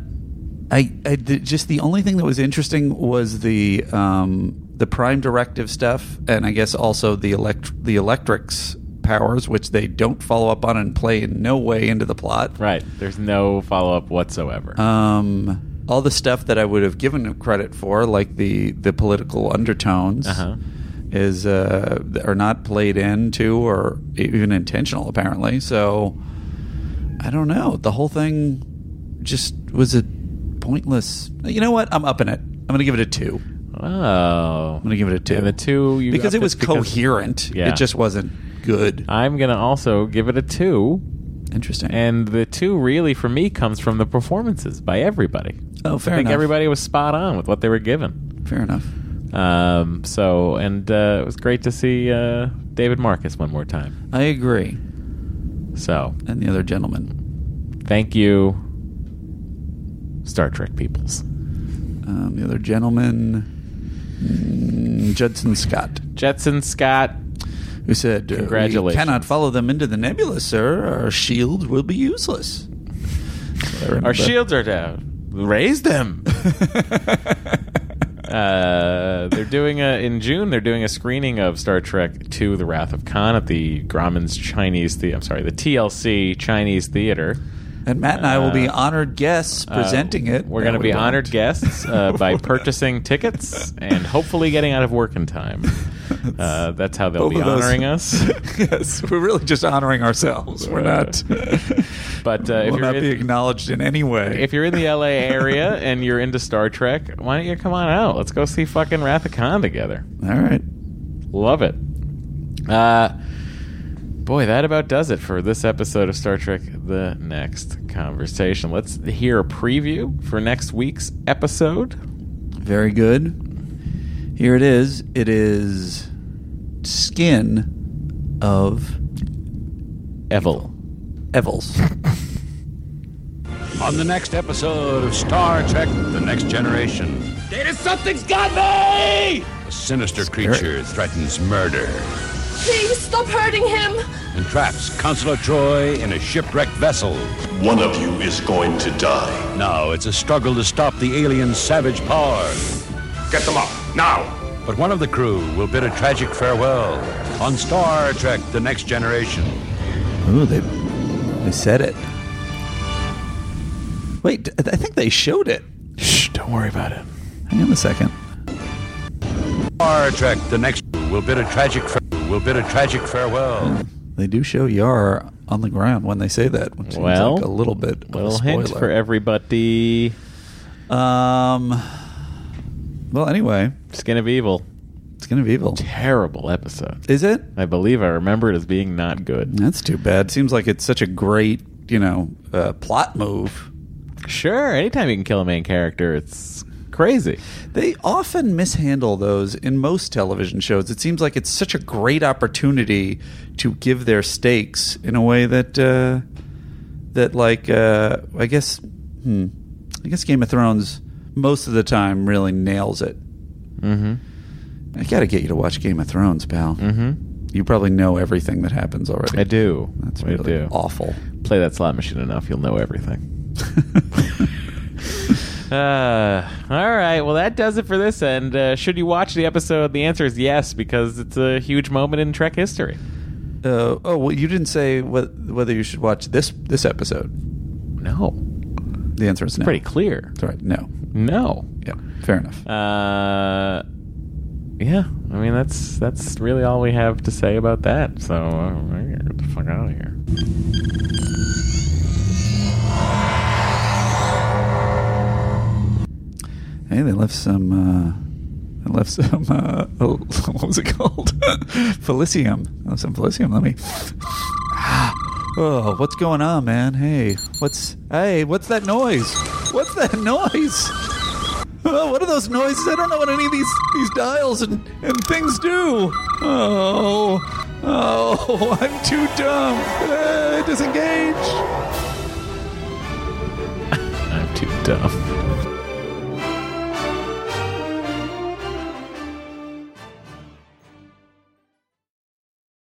Speaker 1: I, I did- just the only thing that was interesting was the um, the prime directive stuff, and I guess also the elect the electrics powers, which they don't follow up on and play in no way into the plot.
Speaker 2: Right. There's no follow up whatsoever.
Speaker 1: Um, all the stuff that I would have given him credit for, like the the political undertones,
Speaker 2: Uh-huh.
Speaker 1: is uh, are not played into or even intentional apparently. So I don't know. The whole thing just was a pointless. You know what? I'm upping it. I'm going to give it a two.
Speaker 2: Oh, I'm
Speaker 1: gonna give it a two.
Speaker 2: And the two, you
Speaker 1: Because
Speaker 2: upped
Speaker 1: it was coherent. It just
Speaker 2: wasn't
Speaker 1: good.
Speaker 2: I'm gonna also give it a two.
Speaker 1: Interesting.
Speaker 2: And the two really for me comes from the performances by everybody.
Speaker 1: Oh, fair
Speaker 2: I think
Speaker 1: enough.
Speaker 2: everybody was spot on with what they were given.
Speaker 1: Fair enough.
Speaker 2: Um. So, and uh, it was great to see uh, David Marcus one more time.
Speaker 1: I agree.
Speaker 2: So,
Speaker 1: and the other gentleman.
Speaker 2: Thank you, Star Trek peoples.
Speaker 1: Um, the other gentleman, mm, Judson Scott.
Speaker 2: Jetson Scott,
Speaker 1: who said, uh, "We
Speaker 2: Congratulations.
Speaker 1: cannot follow them into the nebula, sir. Our shield will be useless." So I remember-
Speaker 2: Our shields are down. Raise them. uh, they're doing a in June. They're doing a screening of Star Trek II: The Wrath of Khan at the Grauman's Chinese. The I'm sorry, the TLC Chinese Theater.
Speaker 1: And Matt and I will be
Speaker 2: Uh,
Speaker 1: honored guests
Speaker 2: uh,
Speaker 1: presenting it.
Speaker 2: We're
Speaker 1: No,
Speaker 2: going to
Speaker 1: we
Speaker 2: be
Speaker 1: won't.
Speaker 2: honored guests uh, by purchasing tickets and hopefully getting out of work in time. Uh, that's how they'll
Speaker 1: Both
Speaker 2: be
Speaker 1: of those.
Speaker 2: honoring us.
Speaker 1: yes, we're really just honoring ourselves. We're not.
Speaker 2: But uh, if
Speaker 1: will
Speaker 2: you're
Speaker 1: not
Speaker 2: in-
Speaker 1: be acknowledged in any way.
Speaker 2: If you're in the LA area and you're into Star Trek, why don't you come on out? Let's go see fucking Wrath of Khan together.
Speaker 1: All right.
Speaker 2: Love it. Uh, boy, that about does it for this episode of Star Trek The Next Conversation. Let's hear a preview for next week's episode.
Speaker 1: Very good. Here it is. It is skin of
Speaker 2: Evil.
Speaker 1: Evils.
Speaker 10: On the next episode of Star Trek The Next Generation,
Speaker 23: Data, something's got me!
Speaker 10: a sinister creature threatens murder
Speaker 23: Please stop hurting him!
Speaker 10: and traps Consular Troy in a shipwrecked vessel. One of you is going to die. Now it's a struggle to stop the alien savage power. Get them up, now! But one of the crew will bid a tragic farewell on Star Trek The Next Generation.
Speaker 1: Ooh, they they said it. Wait, d- I think they showed it. Shh, don't worry about it. Hang on a second.
Speaker 10: Star Trek The Next will bid a tragic farewell. will bid a tragic farewell.
Speaker 1: They do show Yar on the ground when they say that, which seems
Speaker 2: Well,
Speaker 1: like a little bit. of a
Speaker 2: little hint
Speaker 1: spoiler.
Speaker 2: for everybody.
Speaker 1: Um. Well, anyway,
Speaker 2: Skin of Evil.
Speaker 1: Skin of Evil.
Speaker 2: Terrible episode.
Speaker 1: Is it?
Speaker 2: I believe I remember it as being not good.
Speaker 1: That's too bad. Seems like it's such a great, you know, uh, plot move.
Speaker 2: Sure, anytime you can kill a main character, it's crazy.
Speaker 1: They often mishandle those in most television shows. It seems like it's such a great opportunity to give their stakes in a way that, uh, that like, uh, I guess, hmm, I guess Game of Thrones most of the time really nails it.
Speaker 2: Mm-hmm.
Speaker 1: I got to get you to watch Game of Thrones, pal. Mm-hmm. You probably know everything that happens already.
Speaker 2: I do.
Speaker 1: That's
Speaker 2: I
Speaker 1: really
Speaker 2: do.
Speaker 1: awful.
Speaker 2: Play that slot machine enough, you'll know everything. uh, all right. Well, that does it for this end. Uh, should you watch the episode? The answer is yes, because it's a huge moment in Trek history.
Speaker 1: Uh, oh well, you didn't say what, whether you should watch this this episode.
Speaker 2: No,
Speaker 1: the answer is no.
Speaker 2: Pretty clear.
Speaker 1: That's right. No.
Speaker 2: No.
Speaker 1: Yeah. Fair enough.
Speaker 2: Uh, yeah. I mean, that's that's really all we have to say about that. So uh, we're gonna get the fuck out of here.
Speaker 1: Hey, they left some. Uh, they left some. Uh, oh, what was it called? Felicium. They left some Felicium. Let me. oh, what's going on, man? Hey, what's hey? What's that noise? What's that noise? Oh, what are those noises? I don't know what any of these these dials and, and things do. Oh, oh, I'm too dumb. Uh, disengage.
Speaker 2: I'm too dumb.